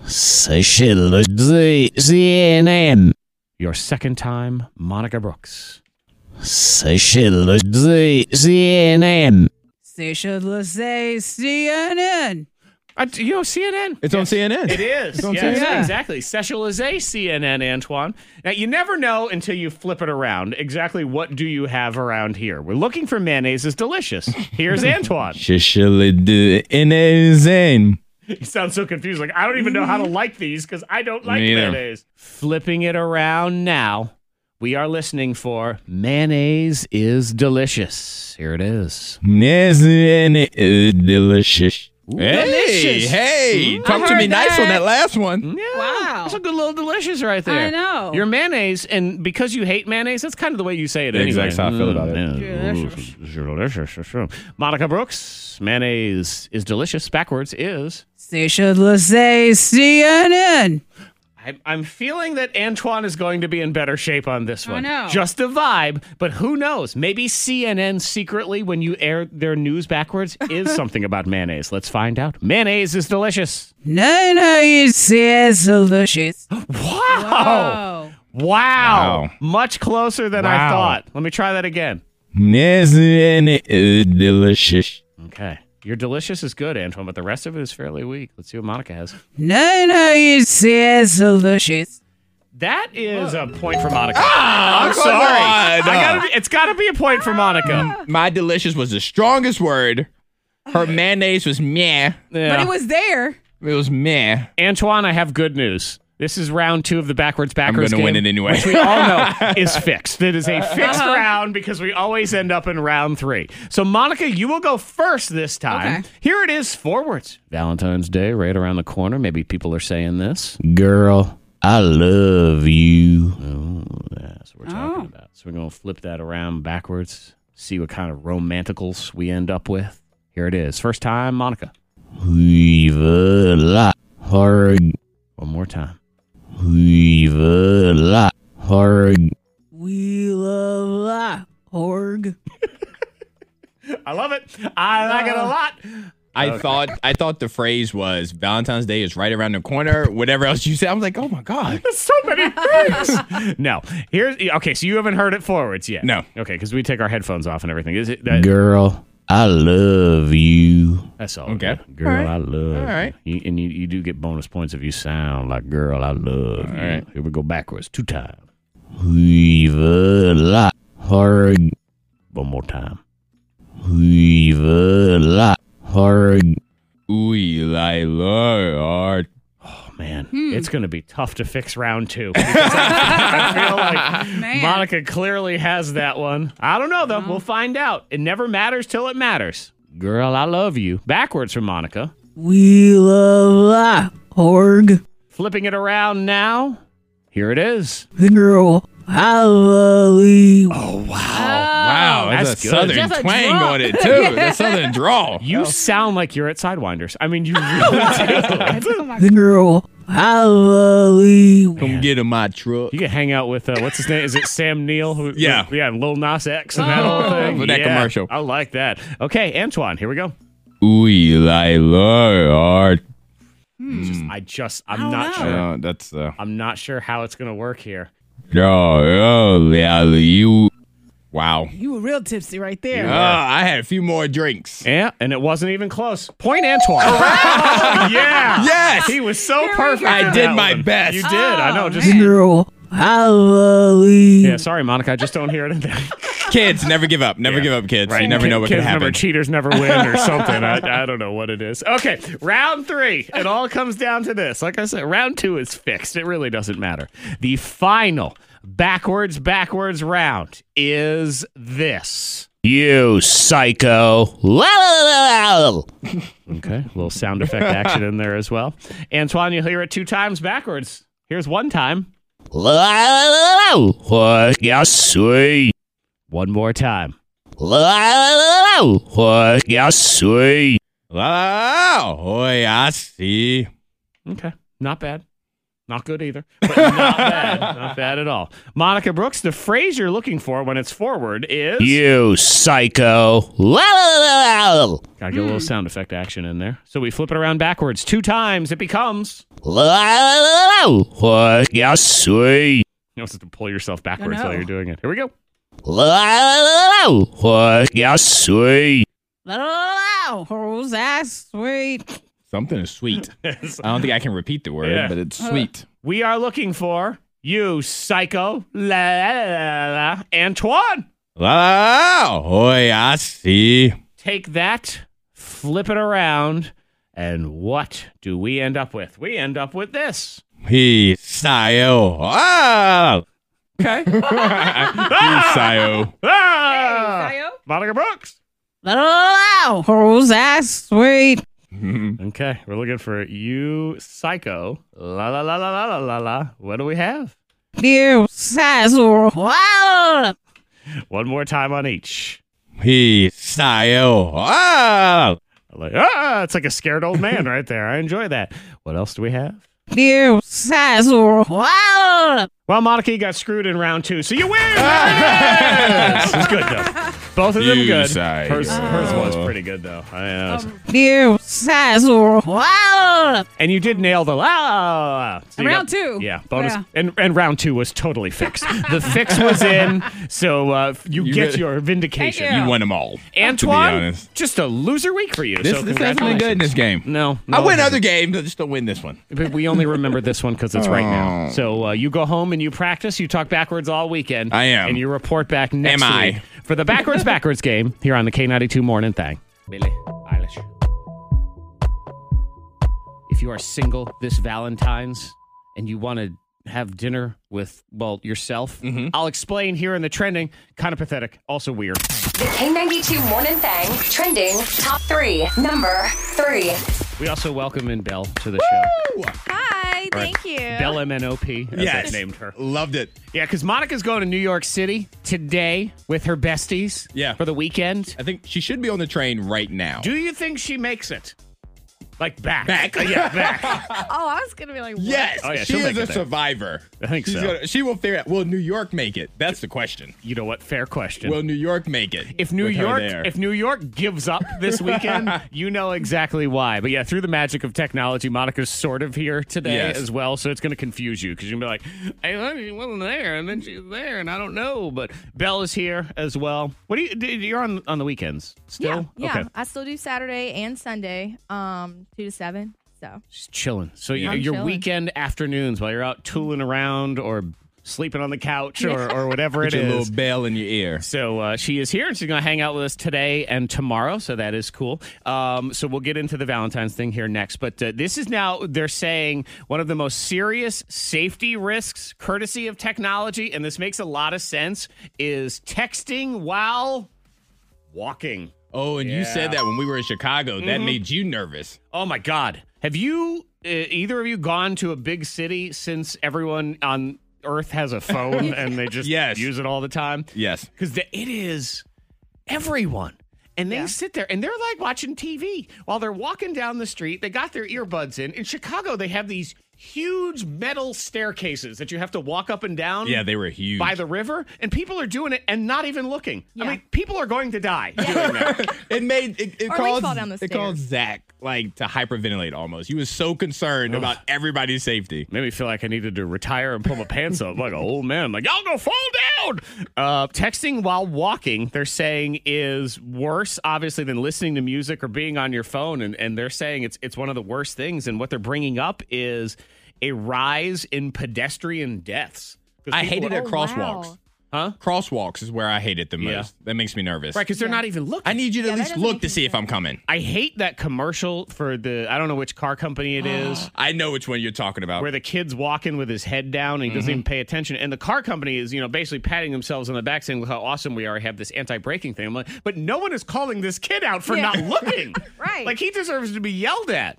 [SPEAKER 1] CNN. Your second time, Monica Brooks. CNN.
[SPEAKER 5] They should say CNN.
[SPEAKER 1] I, Uh, you know, CNN.
[SPEAKER 4] It's on CNN.
[SPEAKER 1] It is.
[SPEAKER 4] on
[SPEAKER 1] Yes,
[SPEAKER 4] CNN.
[SPEAKER 1] exactly. Specialize CNN, Antoine. Now, you never know until you flip it around exactly what do you have around here. We're looking for mayonnaise is delicious. Here's Antoine.
[SPEAKER 4] Shishilidinezen.
[SPEAKER 1] he sounds so confused. Like, I don't even know how to like these because I don't like
[SPEAKER 4] Me either.
[SPEAKER 1] mayonnaise. Flipping it around now, we are listening for mayonnaise is delicious. Here it is.
[SPEAKER 4] Nezen is delicious. Hey,
[SPEAKER 5] Delicious.
[SPEAKER 4] hey, talk to
[SPEAKER 5] heard
[SPEAKER 4] me nice on
[SPEAKER 5] that.
[SPEAKER 4] Mm-hmm. that last one.
[SPEAKER 1] Yeah,
[SPEAKER 5] Wow.
[SPEAKER 1] That's a good little delicious right there.
[SPEAKER 5] I know.
[SPEAKER 1] Your mayonnaise, and because you hate mayonnaise, that's kind of the way you say it anyway.
[SPEAKER 4] Exactly how I feel about it.
[SPEAKER 1] Mm, yeah.
[SPEAKER 5] Delicious.
[SPEAKER 1] Ooh, delicious, sure, sure. Monica Brooks, mayonnaise is delicious. Backwards is.
[SPEAKER 5] They should say CNN.
[SPEAKER 1] I, I'm feeling that Antoine is going to be in better shape on this
[SPEAKER 5] I
[SPEAKER 1] one.
[SPEAKER 5] know.
[SPEAKER 1] Just a vibe, but who knows? Maybe CNN secretly, when you air their news backwards, is something about mayonnaise. Let's find out. Mayonnaise is delicious.
[SPEAKER 5] No, no, you say it's delicious.
[SPEAKER 4] Oh.
[SPEAKER 1] Wow.
[SPEAKER 5] Oh.
[SPEAKER 1] Wow.
[SPEAKER 4] Wow.
[SPEAKER 1] Much closer than I
[SPEAKER 4] Wow.
[SPEAKER 1] thought. Let me try that again.
[SPEAKER 4] Nezen is delicious.
[SPEAKER 1] Okay. Your delicious is good, Antoine, but the rest of it is fairly weak. Let's see what Monica has.
[SPEAKER 5] No, no, you say it's delicious.
[SPEAKER 1] That is a point for Monica.
[SPEAKER 4] Ah!
[SPEAKER 1] I'm
[SPEAKER 4] come
[SPEAKER 1] sorry. I
[SPEAKER 4] on.
[SPEAKER 1] gotta be- it's got to be a point for Monica.
[SPEAKER 4] My delicious was the strongest word. Her mayonnaise was meh.
[SPEAKER 1] Yeah.
[SPEAKER 5] But it was there.
[SPEAKER 4] It was meh.
[SPEAKER 1] Antoine, I have good news. This is round two of the backwards
[SPEAKER 4] I'm
[SPEAKER 1] backwards
[SPEAKER 4] gonna win it
[SPEAKER 1] game,
[SPEAKER 4] anyway.
[SPEAKER 1] Which we all know is fixed. It is a fixed round because we always end up in round three. So, Monica, you will go first this time.
[SPEAKER 5] Okay.
[SPEAKER 1] Here it is forwards. Valentine's Day right around the corner. Maybe people are saying this. Girl, I love you. Oh, that's what we're talking
[SPEAKER 5] Oh.
[SPEAKER 1] about. So, we're going to flip that around backwards, see what kind of romanticals we end up with. Here it is. First time, Monica. Vive la Harg. One more time. Vive la Harg.
[SPEAKER 5] We love la org.
[SPEAKER 1] I love it. I like
[SPEAKER 5] Oh.
[SPEAKER 1] it a lot.
[SPEAKER 4] I thought I thought the phrase was Valentine's Day is right around the corner. Whatever else you said, I was like, oh my god.
[SPEAKER 1] There's so many things. no. Here's okay, so you haven't heard it forwards yet.
[SPEAKER 4] No.
[SPEAKER 1] Okay, because we take our headphones off and everything. Is it that Girl, I love you. That's all.
[SPEAKER 4] Okay.
[SPEAKER 1] Girl,
[SPEAKER 4] All right.
[SPEAKER 1] I love
[SPEAKER 4] All right.
[SPEAKER 1] you. You- and you, you do get bonus points if you sound like girl, I love you.
[SPEAKER 4] right.
[SPEAKER 1] Here we go backwards. Two times. Vive la Harg. One more time. Vive la Harg.
[SPEAKER 4] Ooh, I love art.
[SPEAKER 1] Oh, man,
[SPEAKER 4] Hmm.
[SPEAKER 1] it's going to be tough to fix round two. because I, I feel like
[SPEAKER 5] Man.
[SPEAKER 1] Monica clearly has that one. I don't know though.
[SPEAKER 4] Uh-huh.
[SPEAKER 1] We'll find out. It never matters till it matters. Girl, I love you. Backwards from Monica.
[SPEAKER 5] We love la org.
[SPEAKER 1] Flipping it around now. Here it is.
[SPEAKER 5] The girl I believe.
[SPEAKER 4] Wow, that's,
[SPEAKER 1] That's
[SPEAKER 4] a
[SPEAKER 1] good.
[SPEAKER 4] southern
[SPEAKER 1] That's
[SPEAKER 5] a
[SPEAKER 4] twang
[SPEAKER 5] draw.
[SPEAKER 4] on it too. That's southern draw.
[SPEAKER 1] You sound like you're at Sidewinders. I mean, you really do.
[SPEAKER 5] The girl I believe.
[SPEAKER 4] Come get in my truck.
[SPEAKER 1] You can hang out with uh, what's his name? Is it Sam Neill? Who,
[SPEAKER 4] Yeah.
[SPEAKER 1] yeah, Lil Nas X and that whole thing.
[SPEAKER 4] For that
[SPEAKER 1] Yeah,
[SPEAKER 4] commercial.
[SPEAKER 1] I like that. Okay, Antoine, here we go.
[SPEAKER 4] Ooh, la la art. Mm.
[SPEAKER 1] I just, I'm not
[SPEAKER 5] know.
[SPEAKER 1] sure.
[SPEAKER 4] Uh, that's uh,
[SPEAKER 1] I'm not sure how it's gonna work here.
[SPEAKER 4] oh, la you. Wow.
[SPEAKER 5] You were real tipsy right
[SPEAKER 4] Uh,
[SPEAKER 5] there.
[SPEAKER 4] I had a few more drinks.
[SPEAKER 1] Yeah, and it wasn't even close. Point Antoine. yeah.
[SPEAKER 4] Oh, Yes!
[SPEAKER 1] He was so perfect.
[SPEAKER 4] I
[SPEAKER 1] in
[SPEAKER 4] did
[SPEAKER 1] that
[SPEAKER 4] my
[SPEAKER 1] one.
[SPEAKER 4] best.
[SPEAKER 1] You did. I know. Just
[SPEAKER 5] The girl I believe.
[SPEAKER 1] yeah. Sorry, Monica. I just don't hear it in there.
[SPEAKER 4] Kids, never give up. Never give up, kids. You never
[SPEAKER 1] Kid-
[SPEAKER 4] know what
[SPEAKER 1] kids
[SPEAKER 4] can happen.
[SPEAKER 1] Remember, cheaters never win or something. I, I don't know what it is. Okay, round three. It all comes down to this. Like I said, round two is fixed. It really doesn't matter. The final backwards, backwards round is this. You psycho. okay, a little sound effect action in there as well. Antoine, you'll hear it two times backwards. Here's one time. One more time. Uh,
[SPEAKER 4] Oh, boy, I see.
[SPEAKER 1] Okay. Not bad. Not good either. But not bad. Not bad at all. Monica Brooks, the phrase you're looking for when it's forward is
[SPEAKER 6] You psycho. La la la la.
[SPEAKER 1] Gotta get a little sound effect action in there. So we flip it around backwards two times. It becomes
[SPEAKER 6] La la la la. What you say?
[SPEAKER 1] you know, just to pull yourself backwards
[SPEAKER 5] know.
[SPEAKER 1] while you're doing it. Here we go.
[SPEAKER 6] La la la la. What you say?
[SPEAKER 5] La la la la. Horse ass sweet.
[SPEAKER 4] Something is sweet. I don't think I can repeat the word,
[SPEAKER 1] Yeah.
[SPEAKER 4] but it's sweet.
[SPEAKER 1] We are looking for you psycho la la la, la, la. Antoine.
[SPEAKER 4] La boy, I see.
[SPEAKER 1] Take that, flip it around, and what do we end up with? We end up with this.
[SPEAKER 4] He sayo. Ah,
[SPEAKER 1] Okay.
[SPEAKER 4] he sayo.
[SPEAKER 1] Ah! Monica Brooks.
[SPEAKER 5] La la la la. Horse ass sweet.
[SPEAKER 1] Okay, we're looking for you, psycho. La la la la la la la la. What do we have?
[SPEAKER 5] Dear Sazor. Wow.
[SPEAKER 1] One more time on each.
[SPEAKER 4] He sayo. Ah,
[SPEAKER 1] I Like, ah, it's like a scared old man right there. I enjoy that. What else do we have?
[SPEAKER 5] Dear Sazor. Wow.
[SPEAKER 1] Well, Monica, you got screwed in round two, so you win. Ah, Yes! It's good though. Both of them
[SPEAKER 4] You
[SPEAKER 1] good.
[SPEAKER 4] psycho.
[SPEAKER 1] Hers, hers
[SPEAKER 5] Oh.
[SPEAKER 1] was pretty good though. I uh, know.
[SPEAKER 5] Um, Dear Sazor. Wow.
[SPEAKER 1] and you did nail the la. So you
[SPEAKER 5] Round
[SPEAKER 1] got-
[SPEAKER 5] two.
[SPEAKER 1] Yeah, bonus.
[SPEAKER 5] Oh, Yeah.
[SPEAKER 1] And and round two was totally fixed. the fix was in, so uh, you, get
[SPEAKER 4] really-
[SPEAKER 1] your vindication.
[SPEAKER 4] you won them all. to be
[SPEAKER 1] Antoine,
[SPEAKER 4] honest.
[SPEAKER 1] just a loser week for you.
[SPEAKER 4] This,
[SPEAKER 1] so
[SPEAKER 4] this hasn't been good in this
[SPEAKER 1] congratulations.
[SPEAKER 4] game.
[SPEAKER 1] No, no,
[SPEAKER 4] I win
[SPEAKER 1] it
[SPEAKER 4] other games. I just don't win this one.
[SPEAKER 1] But we only remember this one because it's right
[SPEAKER 4] Oh.
[SPEAKER 1] now. So uh, you go home and you practice. You talk backwards all weekend.
[SPEAKER 4] I am.
[SPEAKER 1] And you report back next
[SPEAKER 4] Am I?
[SPEAKER 1] week for the backwards backwards game here on the K92 Morning Thing. Billy Eilish. If you are single this Valentine's and you want to have dinner with, well, yourself,
[SPEAKER 4] Mm-hmm.
[SPEAKER 1] I'll explain here in the trending. Kind of pathetic, also weird.
[SPEAKER 2] The K92 Morning Thang trending top three. Number three.
[SPEAKER 1] We also welcome in Belle to the show.
[SPEAKER 7] Hi, thank you.
[SPEAKER 1] Bell MNOP, as
[SPEAKER 4] Yes.
[SPEAKER 1] they named her.
[SPEAKER 4] Loved it.
[SPEAKER 1] Yeah, because Monica's going to New York City today with her besties
[SPEAKER 4] Yeah.
[SPEAKER 1] for the weekend.
[SPEAKER 4] I think she should be on the train right now.
[SPEAKER 1] Do you think she makes it? Like back. Uh,
[SPEAKER 4] Back.
[SPEAKER 1] Yeah, back.
[SPEAKER 7] oh, I was gonna be like, what?
[SPEAKER 4] Yes,
[SPEAKER 1] Oh, yeah,
[SPEAKER 4] she
[SPEAKER 1] she'll
[SPEAKER 4] is
[SPEAKER 1] make
[SPEAKER 4] a
[SPEAKER 1] it there.
[SPEAKER 4] survivor.
[SPEAKER 1] I think
[SPEAKER 4] She's
[SPEAKER 1] so.
[SPEAKER 4] gonna- she will figure out. Will New York make it? That's the question.
[SPEAKER 1] you know what? Fair question.
[SPEAKER 4] Will New York make it?
[SPEAKER 1] if New
[SPEAKER 4] with her
[SPEAKER 1] York
[SPEAKER 4] there?
[SPEAKER 1] if New York gives up this weekend, you know exactly why. But yeah, through the magic of technology, Monica's sort of here today
[SPEAKER 4] Yes.
[SPEAKER 1] as well, so it's going to confuse you because you're going to be like, "I thought she wasn't there, and then she's there, and I don't know." But Belle is here as well. What do you? d- You're on on the weekends
[SPEAKER 7] Yeah,
[SPEAKER 1] still?
[SPEAKER 7] yeah.
[SPEAKER 1] Okay.
[SPEAKER 7] I still do Saturday and Sunday, um, two to seven. So
[SPEAKER 1] She's chilling. So you
[SPEAKER 7] I'm
[SPEAKER 1] your
[SPEAKER 7] chilling.
[SPEAKER 1] weekend afternoons while you're out tooling around or sleeping on the couch or, or whatever
[SPEAKER 4] Put
[SPEAKER 1] it
[SPEAKER 4] your
[SPEAKER 1] is.
[SPEAKER 4] little bell in your ear.
[SPEAKER 1] So uh, she is here and she's going to hang out with us today and tomorrow. So that is cool. Um, so we'll get into the Valentine's thing here next. But uh, this is now, they're saying, one of the most serious safety risks, courtesy of technology, and this makes a lot of sense, is texting while walking.
[SPEAKER 4] Oh, and you said that when we were in Chicago, that made you nervous.
[SPEAKER 1] Oh my God. Have you, uh, either of you, gone to a big city since everyone on earth has a phone and they just
[SPEAKER 4] Yes.
[SPEAKER 1] use it all the time?
[SPEAKER 4] Yes.
[SPEAKER 1] because it is everyone. And they sit there and they're like watching TV while they're walking down the street. They got their earbuds in. In Chicago, they have these huge metal staircases that you have to walk up and down.
[SPEAKER 4] Yeah, they were huge.
[SPEAKER 1] By the river, and people are doing it and not even looking. I
[SPEAKER 7] Yeah.
[SPEAKER 1] mean, people are going to die.
[SPEAKER 4] it made it, it
[SPEAKER 7] Or we
[SPEAKER 4] caused
[SPEAKER 7] fall down the
[SPEAKER 4] it caused
[SPEAKER 7] stairs.
[SPEAKER 4] Zach like to hyperventilate almost. He was so concerned about everybody's safety.
[SPEAKER 1] Made me feel like I needed to retire and pull my pants up like an old man. Like, y'all go fall down. Uh, texting while walking, they're saying, is worse, obviously, than listening to music or being on your phone. And, and they're saying it's, it's one of the worst things. And what they're bringing up is a rise in pedestrian deaths. 'Cause
[SPEAKER 4] I
[SPEAKER 1] people
[SPEAKER 4] hated
[SPEAKER 7] Oh,
[SPEAKER 1] are-
[SPEAKER 4] at crosswalks. Huh? Crosswalks is where I hated the most.
[SPEAKER 1] Yeah.
[SPEAKER 4] That makes me nervous.
[SPEAKER 1] Right, because they're
[SPEAKER 7] Yeah.
[SPEAKER 1] not even looking.
[SPEAKER 4] I need you to
[SPEAKER 7] Yeah,
[SPEAKER 4] at
[SPEAKER 7] that
[SPEAKER 4] least
[SPEAKER 7] doesn't
[SPEAKER 4] look
[SPEAKER 7] make
[SPEAKER 4] to
[SPEAKER 7] any
[SPEAKER 4] see if
[SPEAKER 7] sense.
[SPEAKER 4] I'm coming.
[SPEAKER 1] I hate that commercial for the, I don't know which car company it is.
[SPEAKER 4] I know which one you're talking about.
[SPEAKER 1] where the kid's walking with his head down and he doesn't even
[SPEAKER 4] Mm-hmm.
[SPEAKER 1] pay attention. And the car company is, you know, basically patting themselves on the back saying, look how awesome we are. I have this anti braking thing. I'm like, but no one is calling this kid out for not looking.
[SPEAKER 7] Right.
[SPEAKER 1] Like he deserves to be yelled at.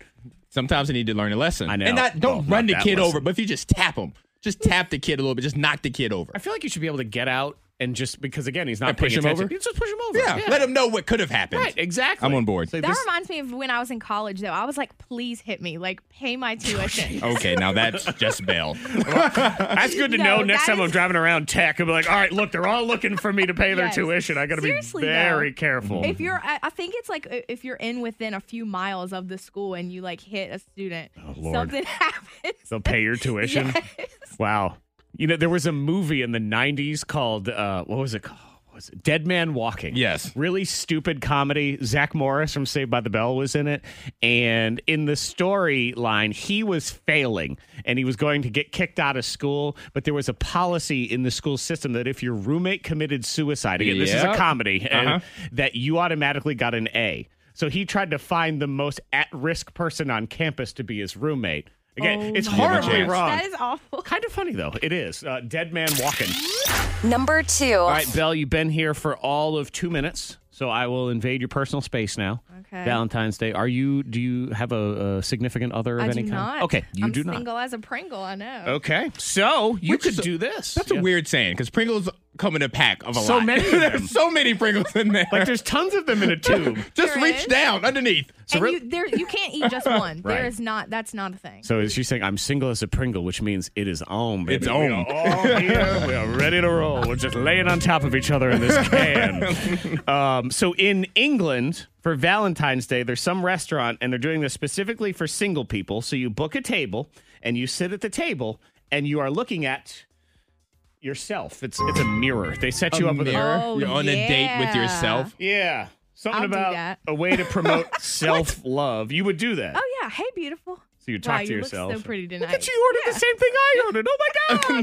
[SPEAKER 4] Sometimes I need to learn a lesson.
[SPEAKER 1] I know.
[SPEAKER 4] And not,
[SPEAKER 1] Well,
[SPEAKER 4] don't
[SPEAKER 1] not
[SPEAKER 4] run the
[SPEAKER 1] that
[SPEAKER 4] kid
[SPEAKER 1] lesson.
[SPEAKER 4] over, but if you just tap him, just tap the kid a little bit, just knock the kid over.
[SPEAKER 1] I feel like you should be able to get out and just because, again, he's not
[SPEAKER 4] And
[SPEAKER 1] paying
[SPEAKER 4] push him
[SPEAKER 1] attention.
[SPEAKER 4] over?
[SPEAKER 1] You just push him over.
[SPEAKER 4] Yeah, let him know what could have happened.
[SPEAKER 1] Right, exactly.
[SPEAKER 4] I'm on board.
[SPEAKER 1] So
[SPEAKER 7] That
[SPEAKER 1] this-
[SPEAKER 7] reminds me of when I was in college, though. I was like, please hit me. Like, pay
[SPEAKER 1] Oh,
[SPEAKER 7] my tuition.
[SPEAKER 4] Okay, now that's just bail.
[SPEAKER 1] that's good to
[SPEAKER 7] No,
[SPEAKER 1] know. Next
[SPEAKER 7] that
[SPEAKER 1] time I'm
[SPEAKER 7] is-
[SPEAKER 1] driving around tech, I'll be like, all right, look, they're all looking for me to pay their
[SPEAKER 7] Yes.
[SPEAKER 1] tuition. I got to be
[SPEAKER 7] Seriously, though.
[SPEAKER 1] very careful.
[SPEAKER 7] If you're, I, I think it's like i- if you're in within a few miles of the school and you like hit a student,
[SPEAKER 1] Oh, Lord.
[SPEAKER 7] something happens.
[SPEAKER 1] They'll pay your tuition.
[SPEAKER 7] Yes.
[SPEAKER 1] Wow. You know, there was a movie in the 90s called, uh, what was it called? What Was it Dead Man Walking?
[SPEAKER 4] Yes.
[SPEAKER 1] Really stupid comedy. Zach Morris from Saved by the Bell was in it. And in the storyline, he was failing and he was going to get kicked out of school. But there was a policy in the school system that if your roommate committed suicide, again, this is a
[SPEAKER 4] Yep.
[SPEAKER 1] comedy, and
[SPEAKER 4] Uh-huh.
[SPEAKER 1] that you automatically got an A. So he tried to find the most at risk person on campus to be his roommate. Again, it's
[SPEAKER 4] Oh my
[SPEAKER 1] horribly
[SPEAKER 4] gosh.
[SPEAKER 1] wrong.
[SPEAKER 7] That is awful.
[SPEAKER 1] Kind of funny though. It is. Uh, dead man walking.
[SPEAKER 2] Number two.
[SPEAKER 1] All right, Belle, you've been here for all of two minutes, so I will invade your personal space now.
[SPEAKER 7] Okay.
[SPEAKER 1] Valentine's Day. Are you? Do you have a, a significant other of
[SPEAKER 7] I
[SPEAKER 1] any
[SPEAKER 7] do
[SPEAKER 1] kind?
[SPEAKER 7] not.
[SPEAKER 1] Okay, you
[SPEAKER 7] I'm
[SPEAKER 1] do
[SPEAKER 7] single
[SPEAKER 1] not.
[SPEAKER 7] as a Pringle. I know.
[SPEAKER 1] Okay, so you
[SPEAKER 4] Which
[SPEAKER 1] could
[SPEAKER 4] is a-
[SPEAKER 1] do this.
[SPEAKER 4] That's a
[SPEAKER 1] Yeah.
[SPEAKER 4] weird saying because Pringles come in a pack of a
[SPEAKER 1] So
[SPEAKER 4] lot.
[SPEAKER 1] many of them.
[SPEAKER 4] There's so many Pringles in there.
[SPEAKER 1] Like there's tons of them in a tube.
[SPEAKER 4] just
[SPEAKER 7] There
[SPEAKER 4] reach
[SPEAKER 7] is.
[SPEAKER 4] down underneath.
[SPEAKER 7] and you, there, you can't eat just one.
[SPEAKER 1] Right.
[SPEAKER 7] There is not. That's not a thing.
[SPEAKER 1] So she's saying, "I'm single as a Pringle," which means it is on. Baby.
[SPEAKER 4] It's
[SPEAKER 1] We
[SPEAKER 4] on.
[SPEAKER 1] are all here. we are ready to roll. We're just laying on top of each other in this can. um, so in England for Valentine's Day, there's some restaurant and they're doing this specifically for single people. So you book a table and you sit at the table and you are looking at yourself. It's it's a mirror. They set you
[SPEAKER 4] A
[SPEAKER 1] up with a
[SPEAKER 4] mirror.
[SPEAKER 7] Oh,
[SPEAKER 4] You're on a date with
[SPEAKER 7] yeah.
[SPEAKER 4] yourself.
[SPEAKER 1] yeah. Something
[SPEAKER 7] I'll do
[SPEAKER 1] about
[SPEAKER 7] that.
[SPEAKER 1] a way to promote self love. You would do that.
[SPEAKER 7] oh yeah. Hey, beautiful.
[SPEAKER 1] So you talk
[SPEAKER 7] wow,
[SPEAKER 1] to
[SPEAKER 7] you
[SPEAKER 1] yourself.
[SPEAKER 7] Look so pretty tonight.
[SPEAKER 1] Look at you ordered the same thing I ordered. Oh my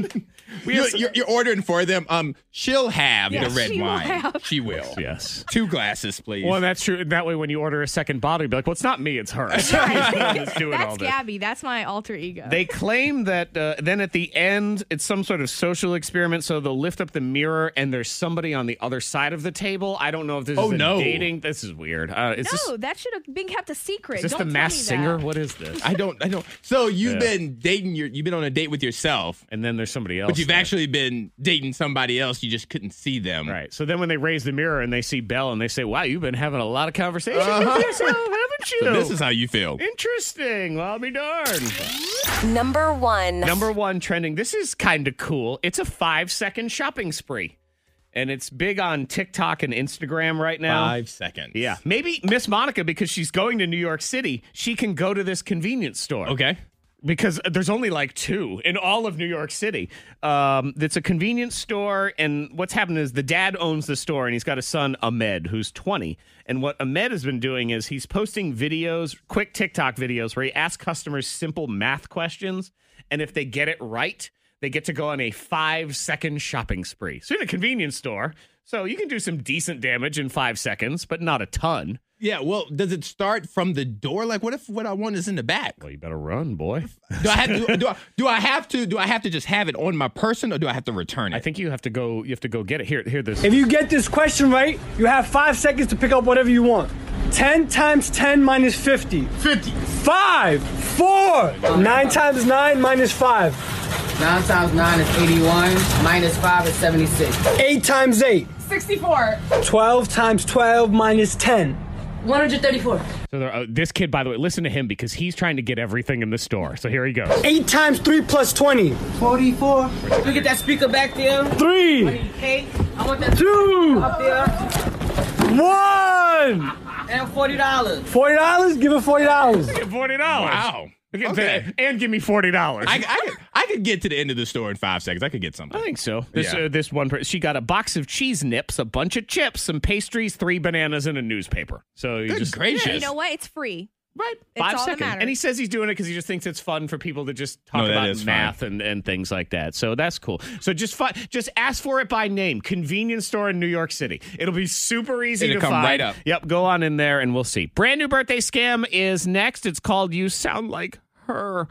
[SPEAKER 1] god. We
[SPEAKER 4] You,
[SPEAKER 1] have-
[SPEAKER 4] you're, you're ordering for them. Um, she'll have
[SPEAKER 7] Yeah,
[SPEAKER 4] the red
[SPEAKER 7] she will
[SPEAKER 4] wine.
[SPEAKER 7] have.
[SPEAKER 4] She will.
[SPEAKER 1] Yes.
[SPEAKER 4] Two glasses, please.
[SPEAKER 1] Well, that's true. That way, when you order a second bottle, you'll be like, well, it's not me, it's her. She's the one that's doing all
[SPEAKER 7] That's
[SPEAKER 1] this.
[SPEAKER 7] Gabby. That's my alter ego.
[SPEAKER 1] They claim that uh, then at the end, it's some sort of social experiment. So they'll lift up the mirror and there's somebody on the other side of the table. I don't know if this
[SPEAKER 4] Oh,
[SPEAKER 1] is a
[SPEAKER 4] no.
[SPEAKER 1] dating. This is weird. Uh, is
[SPEAKER 7] no,
[SPEAKER 1] this,
[SPEAKER 7] that should have been kept a secret.
[SPEAKER 1] is this
[SPEAKER 7] Don't
[SPEAKER 1] the
[SPEAKER 7] tell
[SPEAKER 1] mass
[SPEAKER 7] me that.
[SPEAKER 1] singer? What is this?
[SPEAKER 4] I don't. I don't. So you've
[SPEAKER 1] Yeah.
[SPEAKER 4] been dating your. You've been on a date with yourself,
[SPEAKER 1] And then there's somebody else.
[SPEAKER 4] but you've
[SPEAKER 1] there.
[SPEAKER 4] actually been dating somebody else. You just couldn't see them.
[SPEAKER 1] Right. So then when they raise the mirror and they see Belle and they say, wow, you've been having a lot of conversations
[SPEAKER 4] Uh-huh.
[SPEAKER 1] with yourself, haven't you?
[SPEAKER 4] So this is how you feel.
[SPEAKER 1] Interesting. Well, I'll be darned.
[SPEAKER 2] Number one.
[SPEAKER 1] Number one trending. This is kind of cool. It's a five second shopping spree, and it's big on TikTok and Instagram right now.
[SPEAKER 4] Five seconds.
[SPEAKER 1] Yeah. Maybe Miss Monica, because she's going to New York City, she can go to this convenience store.
[SPEAKER 4] Okay.
[SPEAKER 1] Because there's only like two in all of New York City. Um, it's a convenience store, and what's happened is the dad owns the store, and he's got a son, Ahmed, who's 20. And what Ahmed has been doing is he's posting videos, quick TikTok videos, where he asks customers simple math questions, and if they get it right, They get to go on a five second shopping spree. So, in a convenience store, so you can do some decent damage in five seconds, but not a ton.
[SPEAKER 4] Yeah, well, does it start from the door? Like, what if what I want is in the back?
[SPEAKER 1] Well, you better run, boy.
[SPEAKER 4] Do I have to? Do I, do I have to? Do I have to just have it on my person, or do I have to return it?
[SPEAKER 1] I think you have to go. You have to go get it. Here, here. This.
[SPEAKER 8] If you get this question right, you have five seconds to pick up whatever you want. 10 times 10 minus 50.
[SPEAKER 9] 50.
[SPEAKER 8] 5, 4, 9 times 9 minus 5.
[SPEAKER 9] 9 times 9 is 81. Minus 5 is 76.
[SPEAKER 8] 8 times 8.
[SPEAKER 10] 64.
[SPEAKER 8] 12 times 12 minus 10.
[SPEAKER 10] 134.
[SPEAKER 1] So there, uh, this kid, by the way, listen to him because he's trying to get everything in the store. So here he goes.
[SPEAKER 8] 8 times 3 plus 20.
[SPEAKER 9] 44. We get that speaker back there.
[SPEAKER 8] 3,
[SPEAKER 9] Hey, I want that
[SPEAKER 8] 2,
[SPEAKER 9] up there.
[SPEAKER 8] 1.
[SPEAKER 9] And $40.
[SPEAKER 8] $40? Give it $40.
[SPEAKER 1] Forty dollars.
[SPEAKER 4] Wow.
[SPEAKER 1] Okay.
[SPEAKER 4] Okay.
[SPEAKER 1] And give me forty dollars.
[SPEAKER 4] I, I, could, I could get to the end of the store in five seconds. I could get something.
[SPEAKER 1] I think so. This
[SPEAKER 4] Yeah.
[SPEAKER 1] uh, this one person, she got a box of cheese nips, a bunch of chips, some pastries, three bananas, and a newspaper. So you
[SPEAKER 4] Good
[SPEAKER 1] just
[SPEAKER 4] gracious.
[SPEAKER 7] Yeah, you know what? It's free.
[SPEAKER 1] right
[SPEAKER 7] It's all that matters.
[SPEAKER 1] and he says he's doing it because he just thinks it's fun for people to just talk
[SPEAKER 4] No, that
[SPEAKER 1] about
[SPEAKER 4] is fun.
[SPEAKER 1] math and, and things like that. So that's cool. So just fun, just ask for it by name. Convenience store in New York City. It'll be super easy
[SPEAKER 4] It'll
[SPEAKER 1] to
[SPEAKER 4] come
[SPEAKER 1] find.
[SPEAKER 4] right up.
[SPEAKER 1] Yep, go on in there and we'll see. Brand new birthday scam is next. It's called "You Sound Like Her."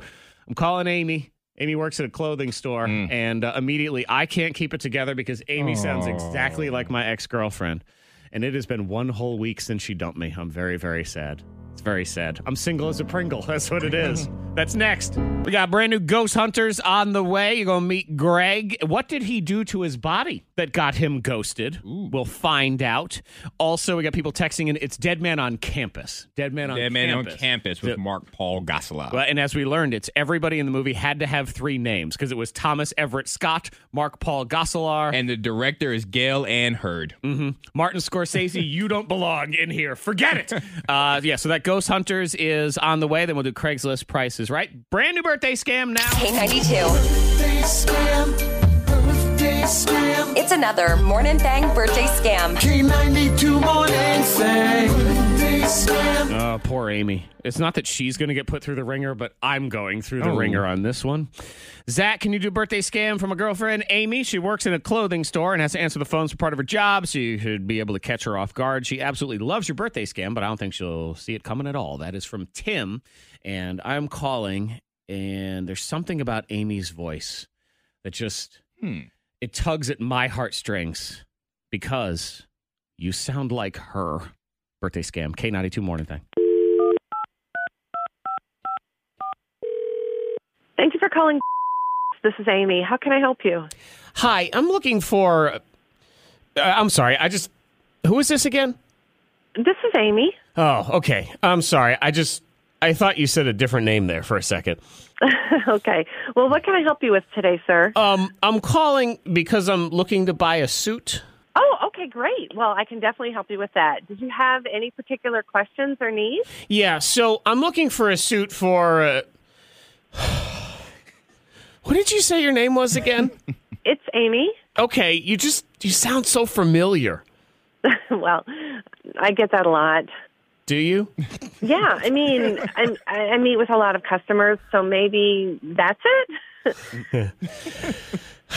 [SPEAKER 1] I'm calling Amy. Amy works at a clothing store,
[SPEAKER 4] Hmm.
[SPEAKER 1] and uh, immediately I can't keep it together because Amy sounds exactly like my ex girlfriend. And it has been one whole week since she dumped me. I'm very, very sad. It's very sad. I'm single as a Pringle. That's what it is. That's next. We got brand new ghost hunters on the way. You're going to meet Greg. What did he do to his body that got him ghosted? We'll find out. Also, we got people texting in. It's Dead Man on Campus. Dead Man on
[SPEAKER 4] Dead
[SPEAKER 1] Campus.
[SPEAKER 4] man on campus with Mark Paul Gosselaar.
[SPEAKER 1] Well, and as we learned, it's everybody in the movie had to have three names because it was Thomas Everett Scott, Mark Paul Gosselaar,
[SPEAKER 4] and the director is Gail Ann Hurd.
[SPEAKER 1] Mm. Martin Scorsese. you don't belong in here. Forget it. Uh, yeah, so that Ghost Hunters is on the way. Then we'll do Craigslist prices, right? Brand new birthday scam now.
[SPEAKER 2] K92. It's another Morning Thang birthday scam.
[SPEAKER 1] Oh, poor Amy. It's not that she's going to get put through the ringer, but I'm going through the ringer on this one. Zach, can you do birthday scam from a girlfriend, Amy? She works in a clothing store and has to answer the phones for part of her job, so you should be able to catch her off guard. She absolutely loves your birthday scam, but I don't think she'll see it coming at all. That is from Tim, and I'm calling, and there's something about Amy's voice that just it tugs at my heartstrings because you sound like her. Birthday scam, K92 morning thing.
[SPEAKER 10] Thank you for calling. This is Amy. How can I help you?
[SPEAKER 1] Hi, I'm looking for. Uh, I'm sorry. I just. Who is this again?
[SPEAKER 10] This is Amy.
[SPEAKER 1] Oh, okay. I'm sorry. I just. I thought you said a different name there for a second.
[SPEAKER 10] okay. Well, what can I help you with today, sir?
[SPEAKER 1] Um, I'm calling because I'm looking to buy a suit.
[SPEAKER 10] oh, okay, great. Well, I can definitely help you with that. Did you have any particular questions or needs?
[SPEAKER 1] Yeah, so I'm looking for a suit for. Uh, what did you say your name was again?
[SPEAKER 10] It's Amy.
[SPEAKER 1] okay, you just. You sound so familiar.
[SPEAKER 10] well, I get that a lot.
[SPEAKER 1] Do you?
[SPEAKER 10] Yeah, I mean, I'm, I I meet with a lot of customers, so maybe that's it.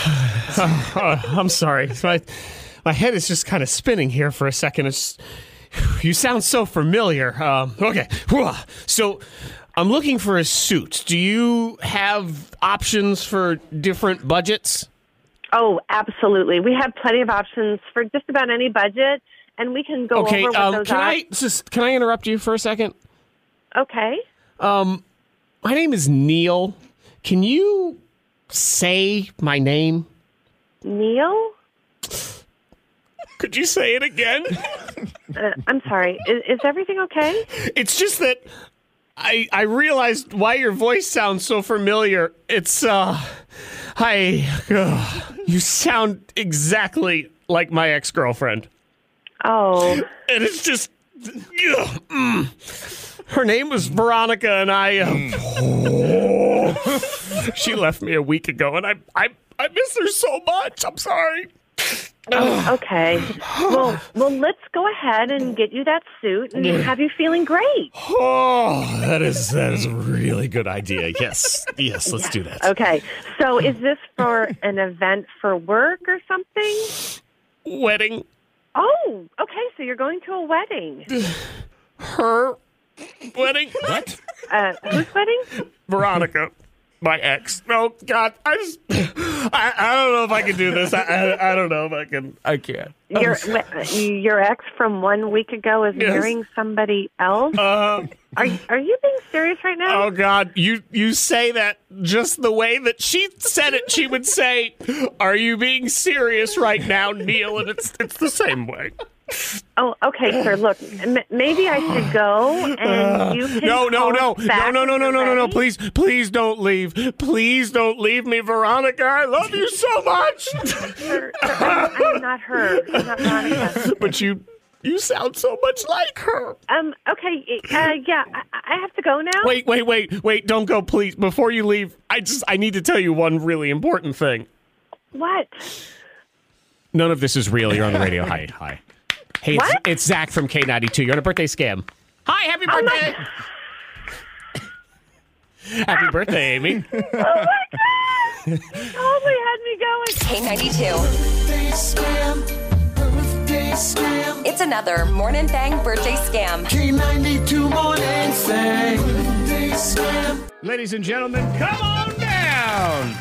[SPEAKER 1] Uh, I'm sorry. My, my head is just kind of spinning here for a second. It's you sound so familiar. Um, okay, Whoa. so I'm looking for a suit. Do you have options for different budgets?
[SPEAKER 10] Oh, absolutely. We have plenty of options for just about any budget, and we can go
[SPEAKER 1] Okay,
[SPEAKER 10] over what
[SPEAKER 1] um,
[SPEAKER 10] those
[SPEAKER 1] can
[SPEAKER 10] are.
[SPEAKER 1] I just can I interrupt you for a second? Um,
[SPEAKER 10] Okay.
[SPEAKER 1] My name is Neil. Can you say my name?
[SPEAKER 10] Neil?
[SPEAKER 1] Could you say it again?
[SPEAKER 10] Uh, I'm sorry. Is, is everything okay?
[SPEAKER 1] it's just that I I realized why your voice sounds so familiar. It's uh hi ugh, you sound exactly like my ex-girlfriend.
[SPEAKER 10] Oh,
[SPEAKER 1] And it's just ugh, mm. her name was Veronica and I uh, she left me a week ago and I I I miss her so much. I'm sorry.
[SPEAKER 10] okay. Well, well, let's go ahead and get you that suit and have you feeling great.
[SPEAKER 1] Oh, That is that is a really good idea. Yes, yes, let's do that.
[SPEAKER 10] Okay. So is this for an event for work or something?
[SPEAKER 1] Wedding
[SPEAKER 10] Oh, okay. So you're going to a wedding.
[SPEAKER 1] her wedding.
[SPEAKER 4] What?
[SPEAKER 10] Uh, whose wedding?
[SPEAKER 1] Veronica, my ex. Oh God, I just I, I don't know if I can do this. I, I I don't know if I can. I can't.
[SPEAKER 10] Your your ex from one week ago is
[SPEAKER 1] Oh, Yes.
[SPEAKER 10] marrying somebody else.
[SPEAKER 1] Uh,
[SPEAKER 10] Are are you being serious right now?
[SPEAKER 1] oh God, you you say that just the way that she said it. She would say, "Are you being serious right now, Neil?" And it's it's the same way.
[SPEAKER 10] Oh, okay, sir. Look, m- maybe I should go and you can
[SPEAKER 1] Uh, No, no,
[SPEAKER 10] call
[SPEAKER 1] no,
[SPEAKER 10] us
[SPEAKER 1] no,
[SPEAKER 10] back
[SPEAKER 1] no, no,
[SPEAKER 10] when
[SPEAKER 1] no,
[SPEAKER 10] you're
[SPEAKER 1] no, no, no!
[SPEAKER 10] ready.
[SPEAKER 1] Please, please don't leave. Please don't leave me, Veronica. I love you so much.
[SPEAKER 10] Sir, sir, I'm, I'm not her. I'm not Monica.
[SPEAKER 1] but you, you sound so much like her.
[SPEAKER 10] Um. Okay. Uh. Yeah. I, I have to go now.
[SPEAKER 1] Wait, wait, wait, wait! Don't go, please. Before you leave, I just I need to tell you one really important thing.
[SPEAKER 10] What?
[SPEAKER 1] None of this is real. You're on the radio. Hi, hi. Hey, it's,
[SPEAKER 10] What?
[SPEAKER 1] it's Zach from K92. You're on a birthday scam. Hi, happy birthday. happy birthday, Amy.
[SPEAKER 10] Oh my God! You totally had me going.
[SPEAKER 2] K92. It's another Morning Thang birthday scam.
[SPEAKER 9] K92 morning sang.
[SPEAKER 1] Ladies and gentlemen, come on down.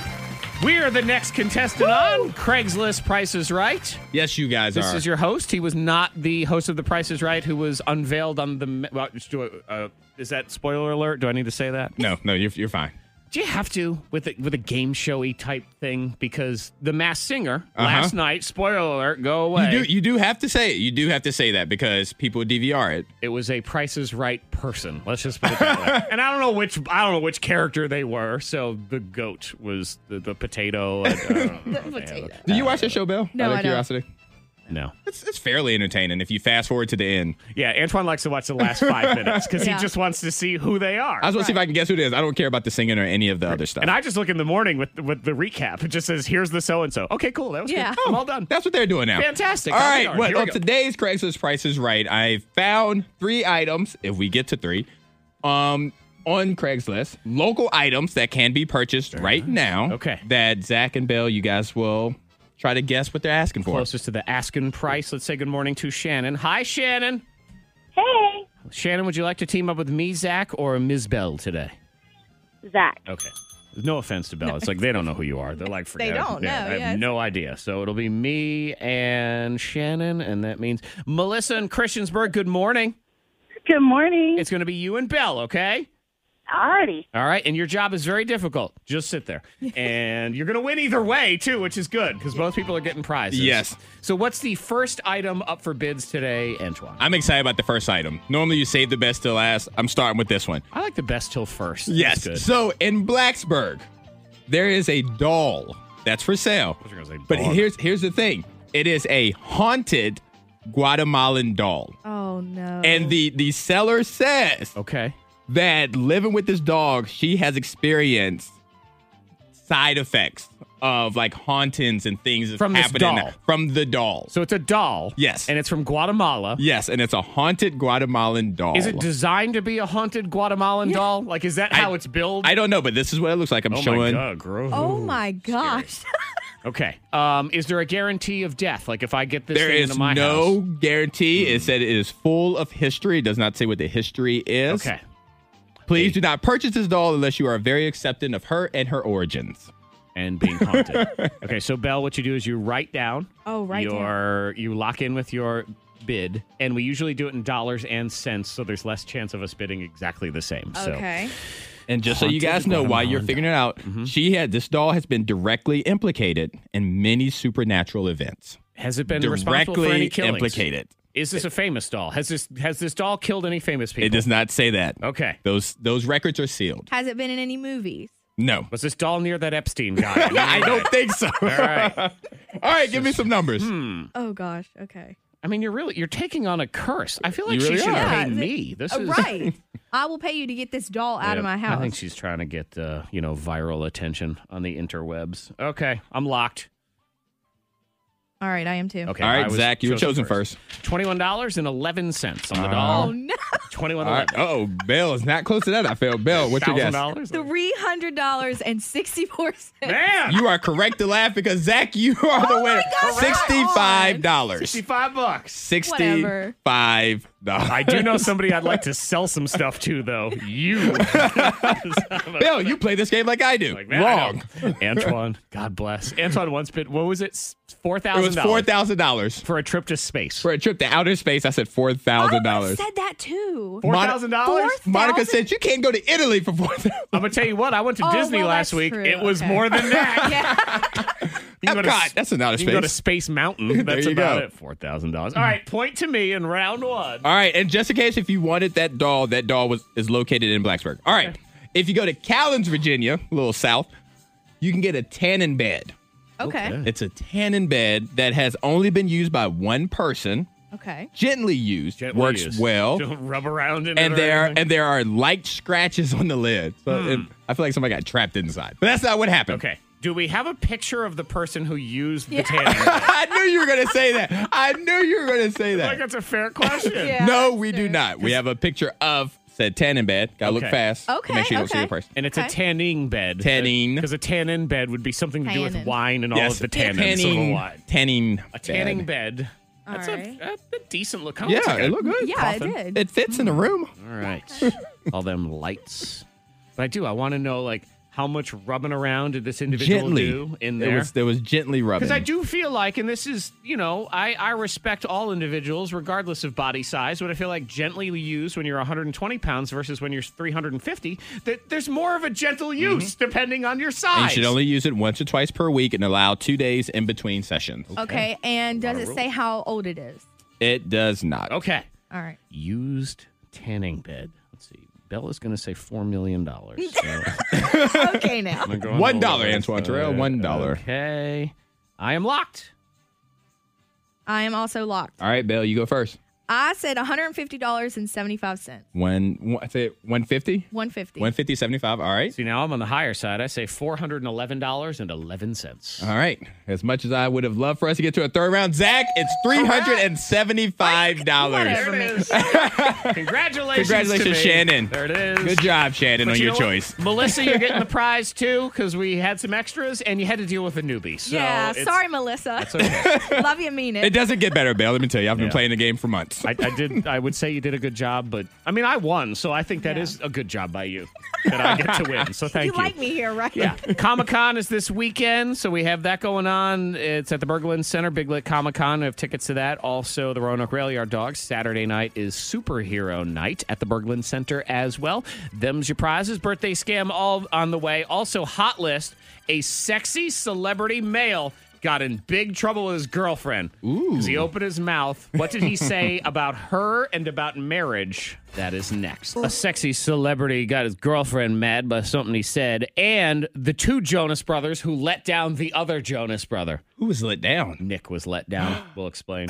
[SPEAKER 1] We are the next contestant on Craigslist Price is Right.
[SPEAKER 4] Yes, you guys
[SPEAKER 1] This
[SPEAKER 4] are.
[SPEAKER 1] is your host. He was not the host of The Price is Right who was unveiled on the. Well, just do I- uh, is that spoiler alert? Do I need to say that?
[SPEAKER 4] no, no, you're, you're fine.
[SPEAKER 1] Do you have to with a, with a game showy type thing? Because The Mass Singer
[SPEAKER 4] Uh-huh.
[SPEAKER 1] last night, spoiler alert, go away.
[SPEAKER 4] You do you do have to say it. You do have to say that because people DVR it.
[SPEAKER 1] it was a Price is Right person. Let's just put it that way. And I don't know which I don't know which character they were. So the goat was the, the potato. and, uh, I don't know what they had.
[SPEAKER 4] Do you watch that show, Bill?
[SPEAKER 7] No,
[SPEAKER 4] Out of
[SPEAKER 7] I don't.
[SPEAKER 4] curiosity.
[SPEAKER 1] No.
[SPEAKER 4] It's, it's fairly entertaining if you fast forward to the end.
[SPEAKER 1] Yeah, Antoine likes to watch the last five minutes because
[SPEAKER 7] Yeah.
[SPEAKER 1] he just wants to see who they are.
[SPEAKER 4] I just want to see if I can guess who it is. I don't care about the singing or any of the other stuff.
[SPEAKER 1] and I just look in the morning with with the recap. It just says, "Here's the so and so." Okay, cool. That was
[SPEAKER 7] Yeah.
[SPEAKER 1] good. I'm all done.
[SPEAKER 4] That's what they're doing now.
[SPEAKER 1] Fantastic.
[SPEAKER 4] All
[SPEAKER 1] I'll be
[SPEAKER 4] right.
[SPEAKER 1] darned.
[SPEAKER 4] Well,
[SPEAKER 1] Here we
[SPEAKER 4] on
[SPEAKER 1] go.
[SPEAKER 4] today's Craigslist Price is Right, I found three items, if we get to three, um, on Craigslist. Local items that can be purchased right now.
[SPEAKER 1] Okay.
[SPEAKER 4] That Zach and Bill, you guys will try to guess what they're asking for.
[SPEAKER 1] Closest to the asking price. Let's say good morning to Shannon. Hi, Shannon.
[SPEAKER 10] Hey,
[SPEAKER 1] Shannon, would you like to team up with me, Zach, or Ms. Bell today?
[SPEAKER 10] Zach.
[SPEAKER 1] Okay. No offense to Bell. It's like they don't know who you are. They're like, forget it.
[SPEAKER 7] don't know,
[SPEAKER 1] I have
[SPEAKER 7] yes.
[SPEAKER 1] no idea. So it'll be me and Shannon, and that means Melissa and Christiansburg. Good morning.
[SPEAKER 10] Good morning.
[SPEAKER 1] It's going to be you and Bell, okay?
[SPEAKER 10] Alrighty.
[SPEAKER 1] All right. And your job is very difficult. Just sit there. and you're going to win either way, too, which is good because both people are getting prizes.
[SPEAKER 4] Yes.
[SPEAKER 1] So, what's the first item up for bids today, Antoine?
[SPEAKER 4] I'm excited about the first item. Normally, you save the best till last. I'm starting with this one.
[SPEAKER 1] I like the best till first. That's
[SPEAKER 4] Yes.
[SPEAKER 1] good.
[SPEAKER 4] So in Blacksburg, there is a doll that's for sale.
[SPEAKER 1] was gonna say
[SPEAKER 4] But
[SPEAKER 1] dog.
[SPEAKER 4] here's here's the thing. It is a haunted Guatemalan doll.
[SPEAKER 7] Oh no.
[SPEAKER 4] And the the seller says
[SPEAKER 1] Okay.
[SPEAKER 4] that living with this dog, she has experienced side effects of like hauntings and things that's
[SPEAKER 1] From this
[SPEAKER 4] happening
[SPEAKER 1] doll.
[SPEAKER 4] from the doll.
[SPEAKER 1] So, it's a doll.
[SPEAKER 4] Yes.
[SPEAKER 1] And it's from Guatemala.
[SPEAKER 4] yes, and it's a haunted Guatemalan doll.
[SPEAKER 1] Is it designed to be a haunted Guatemalan doll? Like, is that how it's built?
[SPEAKER 4] I don't know, but this is what it looks like. I'm
[SPEAKER 1] Oh
[SPEAKER 4] showing.
[SPEAKER 1] gross.
[SPEAKER 7] oh my gosh.
[SPEAKER 1] Okay. Um, is there a guarantee of death? Like, if I get this
[SPEAKER 4] There
[SPEAKER 1] thing
[SPEAKER 4] is
[SPEAKER 1] into my
[SPEAKER 4] no
[SPEAKER 1] house?
[SPEAKER 4] guarantee. It said it is full of history. It does not say what the history is.
[SPEAKER 1] Okay.
[SPEAKER 4] Please do not purchase this doll unless you are very accepting of her and her origins.
[SPEAKER 1] and being haunted. okay, so Belle, what you do is you write down.
[SPEAKER 7] Oh, write down.
[SPEAKER 1] your you lock in with your bid, and we usually do it in dollars and cents, so there's less chance of us bidding exactly the same.
[SPEAKER 7] Okay.
[SPEAKER 4] And just so you
[SPEAKER 1] Haunted
[SPEAKER 4] guys know while you're
[SPEAKER 1] Guatemala.
[SPEAKER 4] figuring it out, she had this doll has been directly implicated in many supernatural events.
[SPEAKER 1] So has it been responsible for
[SPEAKER 4] Directly
[SPEAKER 1] any killings?
[SPEAKER 4] implicated.
[SPEAKER 1] Is this a famous doll? Has this has this doll killed any famous people?
[SPEAKER 4] It does not say that.
[SPEAKER 1] Okay.
[SPEAKER 4] Those those records are sealed.
[SPEAKER 7] Has it been in any movies?
[SPEAKER 4] No.
[SPEAKER 1] Was this doll near that Epstein guy?
[SPEAKER 4] I don't think so. All
[SPEAKER 1] right.
[SPEAKER 4] All right, give me some numbers.
[SPEAKER 1] Hmm.
[SPEAKER 7] Oh gosh. Okay.
[SPEAKER 1] I mean, you're really you're taking on a curse. I feel like
[SPEAKER 4] You really
[SPEAKER 1] she should
[SPEAKER 4] are.
[SPEAKER 1] pay
[SPEAKER 7] Yeah,
[SPEAKER 1] me. This
[SPEAKER 7] Uh,
[SPEAKER 1] is
[SPEAKER 7] right. I will pay you to get this doll out of
[SPEAKER 1] Yeah,
[SPEAKER 7] my house.
[SPEAKER 1] I think she's trying to get uh, you know viral attention on the interwebs. Okay, I'm locked.
[SPEAKER 7] All All right, I am too.
[SPEAKER 1] Okay.
[SPEAKER 4] All right,
[SPEAKER 1] I was
[SPEAKER 4] Zach, you were chosen first. Uh-huh.
[SPEAKER 1] Twenty-one dollars and eleven cents on the dollar.
[SPEAKER 7] Oh no,
[SPEAKER 1] Twenty-one
[SPEAKER 4] All right.
[SPEAKER 1] eleven.
[SPEAKER 4] Oh, Bill is not close to that. I failed. Bill, what's your
[SPEAKER 1] Thousand
[SPEAKER 4] guess?
[SPEAKER 1] dollars.
[SPEAKER 7] three hundred dollars and sixty four cents.
[SPEAKER 1] Man,
[SPEAKER 4] You are correct to laugh because Zach, you are the winner.
[SPEAKER 7] gosh,
[SPEAKER 4] Sixty-five dollars.
[SPEAKER 1] sixty-five bucks.
[SPEAKER 7] Whatever.
[SPEAKER 4] Sixty-five dollars.
[SPEAKER 1] I do know somebody I'd like to sell some stuff to, though. You.
[SPEAKER 4] Bill, you play this game like I do.
[SPEAKER 1] Like, man, I
[SPEAKER 4] Wrong.
[SPEAKER 1] know. Antoine, God bless. Antoine once bid, what was it? $4,000.
[SPEAKER 4] It was four thousand dollars
[SPEAKER 1] For a trip to space.
[SPEAKER 4] for a trip to outer space. I said four thousand
[SPEAKER 7] I
[SPEAKER 4] dollars.
[SPEAKER 7] said that too.
[SPEAKER 1] $4,000?
[SPEAKER 4] Monica said you can't go to Italy for four thousand.
[SPEAKER 1] I'm going to tell you what, I went to
[SPEAKER 7] Oh,
[SPEAKER 1] Disney
[SPEAKER 7] well,
[SPEAKER 1] last
[SPEAKER 7] that's
[SPEAKER 1] week.
[SPEAKER 7] true.
[SPEAKER 1] It was
[SPEAKER 7] Okay.
[SPEAKER 1] more than that.
[SPEAKER 7] Yeah.
[SPEAKER 1] You can go to
[SPEAKER 4] Epcot,
[SPEAKER 1] s-
[SPEAKER 4] that's an outer
[SPEAKER 1] You can go to
[SPEAKER 4] space.
[SPEAKER 1] Space Mountain. That's
[SPEAKER 4] you
[SPEAKER 1] about
[SPEAKER 4] go.
[SPEAKER 1] it. $4,000. All right, point to me in round one.
[SPEAKER 4] All right, and just in case if you wanted that doll, that doll was is located in Blacksburg. All right, if you go to Callens, Virginia, a little south, you can get a tannin bed.
[SPEAKER 7] Okay.
[SPEAKER 4] It's a tannin bed that has only been used by one person.
[SPEAKER 7] Okay.
[SPEAKER 4] Gently used,
[SPEAKER 1] Gently
[SPEAKER 4] works
[SPEAKER 1] used.
[SPEAKER 4] well,
[SPEAKER 1] Don't rub around in it
[SPEAKER 4] and
[SPEAKER 1] or
[SPEAKER 4] there
[SPEAKER 1] anything.
[SPEAKER 4] and there are light scratches on the lid. So it- I feel like somebody got trapped inside, but that's not what happened.
[SPEAKER 1] Hmm. Okay. Do we have a picture of the person who used the
[SPEAKER 7] Yeah.
[SPEAKER 1] tanning?
[SPEAKER 4] I knew you were gonna say that. I knew you were gonna say
[SPEAKER 1] like,
[SPEAKER 4] that.
[SPEAKER 1] that's a fair question.
[SPEAKER 7] Yeah,
[SPEAKER 4] no,
[SPEAKER 7] that's
[SPEAKER 4] we do
[SPEAKER 7] true.
[SPEAKER 4] not. We have a picture of said tannin bed. Gotta look
[SPEAKER 1] Okay.
[SPEAKER 4] fast. to
[SPEAKER 7] Okay,
[SPEAKER 4] Make sure you don't see
[SPEAKER 7] okay.
[SPEAKER 4] the person.
[SPEAKER 1] And it's a
[SPEAKER 7] Okay.
[SPEAKER 1] tanning bed.
[SPEAKER 4] Tanning.
[SPEAKER 1] Because a tannin bed would be something to do with
[SPEAKER 7] Tannin.
[SPEAKER 1] wine and all of the tannins of the
[SPEAKER 4] tanning,
[SPEAKER 1] wine.
[SPEAKER 4] tanning,
[SPEAKER 1] A tanning bed.
[SPEAKER 7] All
[SPEAKER 1] That's
[SPEAKER 7] right.
[SPEAKER 1] a, a, a decent look. Kinda
[SPEAKER 4] Yeah,
[SPEAKER 1] looks like
[SPEAKER 4] it
[SPEAKER 1] a-
[SPEAKER 4] looked good.
[SPEAKER 7] Yeah, I did.
[SPEAKER 4] It fits
[SPEAKER 1] Hmm.
[SPEAKER 4] in the room.
[SPEAKER 1] All right. all them lights. But I do. I want to know like how much rubbing around did this individual do
[SPEAKER 4] Gently
[SPEAKER 1] in
[SPEAKER 4] It
[SPEAKER 1] there?
[SPEAKER 4] was, there was gently rubbing.
[SPEAKER 1] Because I do feel like, and this is, you know, I, I respect all individuals regardless of body size, but I feel like gently used when you're 120 pounds versus when you're 350, that there's more of a gentle use depending on your size.
[SPEAKER 4] Mm-hmm. And you should only use it once or twice per week and allow two days in between sessions.
[SPEAKER 7] Okay. And does it
[SPEAKER 1] rules.
[SPEAKER 7] say how old it is?
[SPEAKER 4] It does not.
[SPEAKER 1] okay.
[SPEAKER 7] All right.
[SPEAKER 1] Used tanning bed. Let's see. Bella's going to say $4 million. so-
[SPEAKER 7] Okay now.
[SPEAKER 1] I'm going
[SPEAKER 4] One
[SPEAKER 1] all
[SPEAKER 4] dollar,
[SPEAKER 1] over.
[SPEAKER 4] Antoine Terrell,
[SPEAKER 1] Okay.
[SPEAKER 4] one dollar.
[SPEAKER 1] Uh, Okay. I am locked.
[SPEAKER 7] I am also locked.
[SPEAKER 4] All right, Bill, you go first.
[SPEAKER 7] I said one hundred and fifty dollars and seventy five cents.
[SPEAKER 4] One, one I say 150?
[SPEAKER 7] One fifty.
[SPEAKER 4] 150, 75. All right.
[SPEAKER 1] See, now I'm on the higher side. I say $411.11.
[SPEAKER 4] All right. As much as I would have loved for us to get to a third round, Zach, it's $375.
[SPEAKER 7] Whatever.
[SPEAKER 1] there it is. Congratulations. to
[SPEAKER 4] Congratulations,
[SPEAKER 1] me.
[SPEAKER 4] Shannon.
[SPEAKER 1] There it is.
[SPEAKER 4] Good job, Shannon,
[SPEAKER 1] But
[SPEAKER 4] on
[SPEAKER 1] you
[SPEAKER 4] your
[SPEAKER 1] know what?
[SPEAKER 4] choice.
[SPEAKER 1] Melissa, you're getting the prize too because we had some extras and you had to deal with a newbie. So
[SPEAKER 7] yeah.
[SPEAKER 1] it's-
[SPEAKER 7] Sorry, Melissa.
[SPEAKER 1] It's okay.
[SPEAKER 7] Love you, mean
[SPEAKER 4] It
[SPEAKER 7] it.
[SPEAKER 4] doesn't get better, Bill. Let me tell you, I've been
[SPEAKER 1] Yeah.
[SPEAKER 4] playing the game for months.
[SPEAKER 1] I, I did. I would say you did a good job, but I mean, I won, so I think that
[SPEAKER 7] Yeah.
[SPEAKER 1] is a good job by you that I get to win. So thank
[SPEAKER 7] You
[SPEAKER 1] you.
[SPEAKER 7] like me here, right?
[SPEAKER 1] Yeah. Comic Con is this weekend, so we have that going on. It's at the Berglund Center, Big Lit Comic Con. We have tickets to that. Also, the Roanoke Rail Yard Dogs. Saturday night is Superhero Night at the Berglund Center as well. Them's your prizes. Birthday scam all on the way. Also, Hot List, a sexy celebrity male. Got in big trouble with his girlfriend. Ooh. He opened his mouth. What did he say about her and about marriage? That is next. A sexy celebrity got his girlfriend mad by something he said, and the two Jonas brothers who let down the other Jonas brother.
[SPEAKER 4] Who was let down?
[SPEAKER 1] Nick was let down. We'll explain.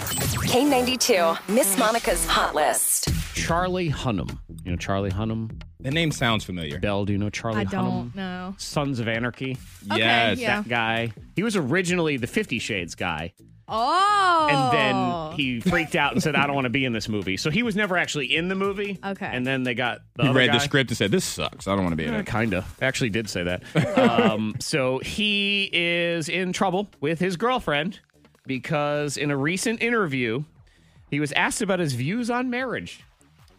[SPEAKER 2] K92, Miss Monica's Hot List.
[SPEAKER 1] Charlie Hunnam. You know Charlie Hunnam?
[SPEAKER 4] The name sounds familiar.
[SPEAKER 1] Bell, do you know Charlie
[SPEAKER 7] I
[SPEAKER 1] Hunnam?
[SPEAKER 7] don't know.
[SPEAKER 1] Sons of Anarchy.
[SPEAKER 7] Okay,
[SPEAKER 4] yes.
[SPEAKER 7] yeah.
[SPEAKER 1] That guy. He was originally the Fifty Shades guy.
[SPEAKER 7] Oh.
[SPEAKER 1] and then he freaked out and said, "I don't want to be in this movie." So he was never actually in the movie.
[SPEAKER 7] Okay.
[SPEAKER 1] And then they got the
[SPEAKER 4] He
[SPEAKER 1] other
[SPEAKER 4] read
[SPEAKER 1] guy.
[SPEAKER 4] the script and said, This sucks. I don't want to be in it.
[SPEAKER 1] Kinda actually did say that. um, so he is in trouble with his girlfriend because in a recent interview, he was asked about his views on marriage,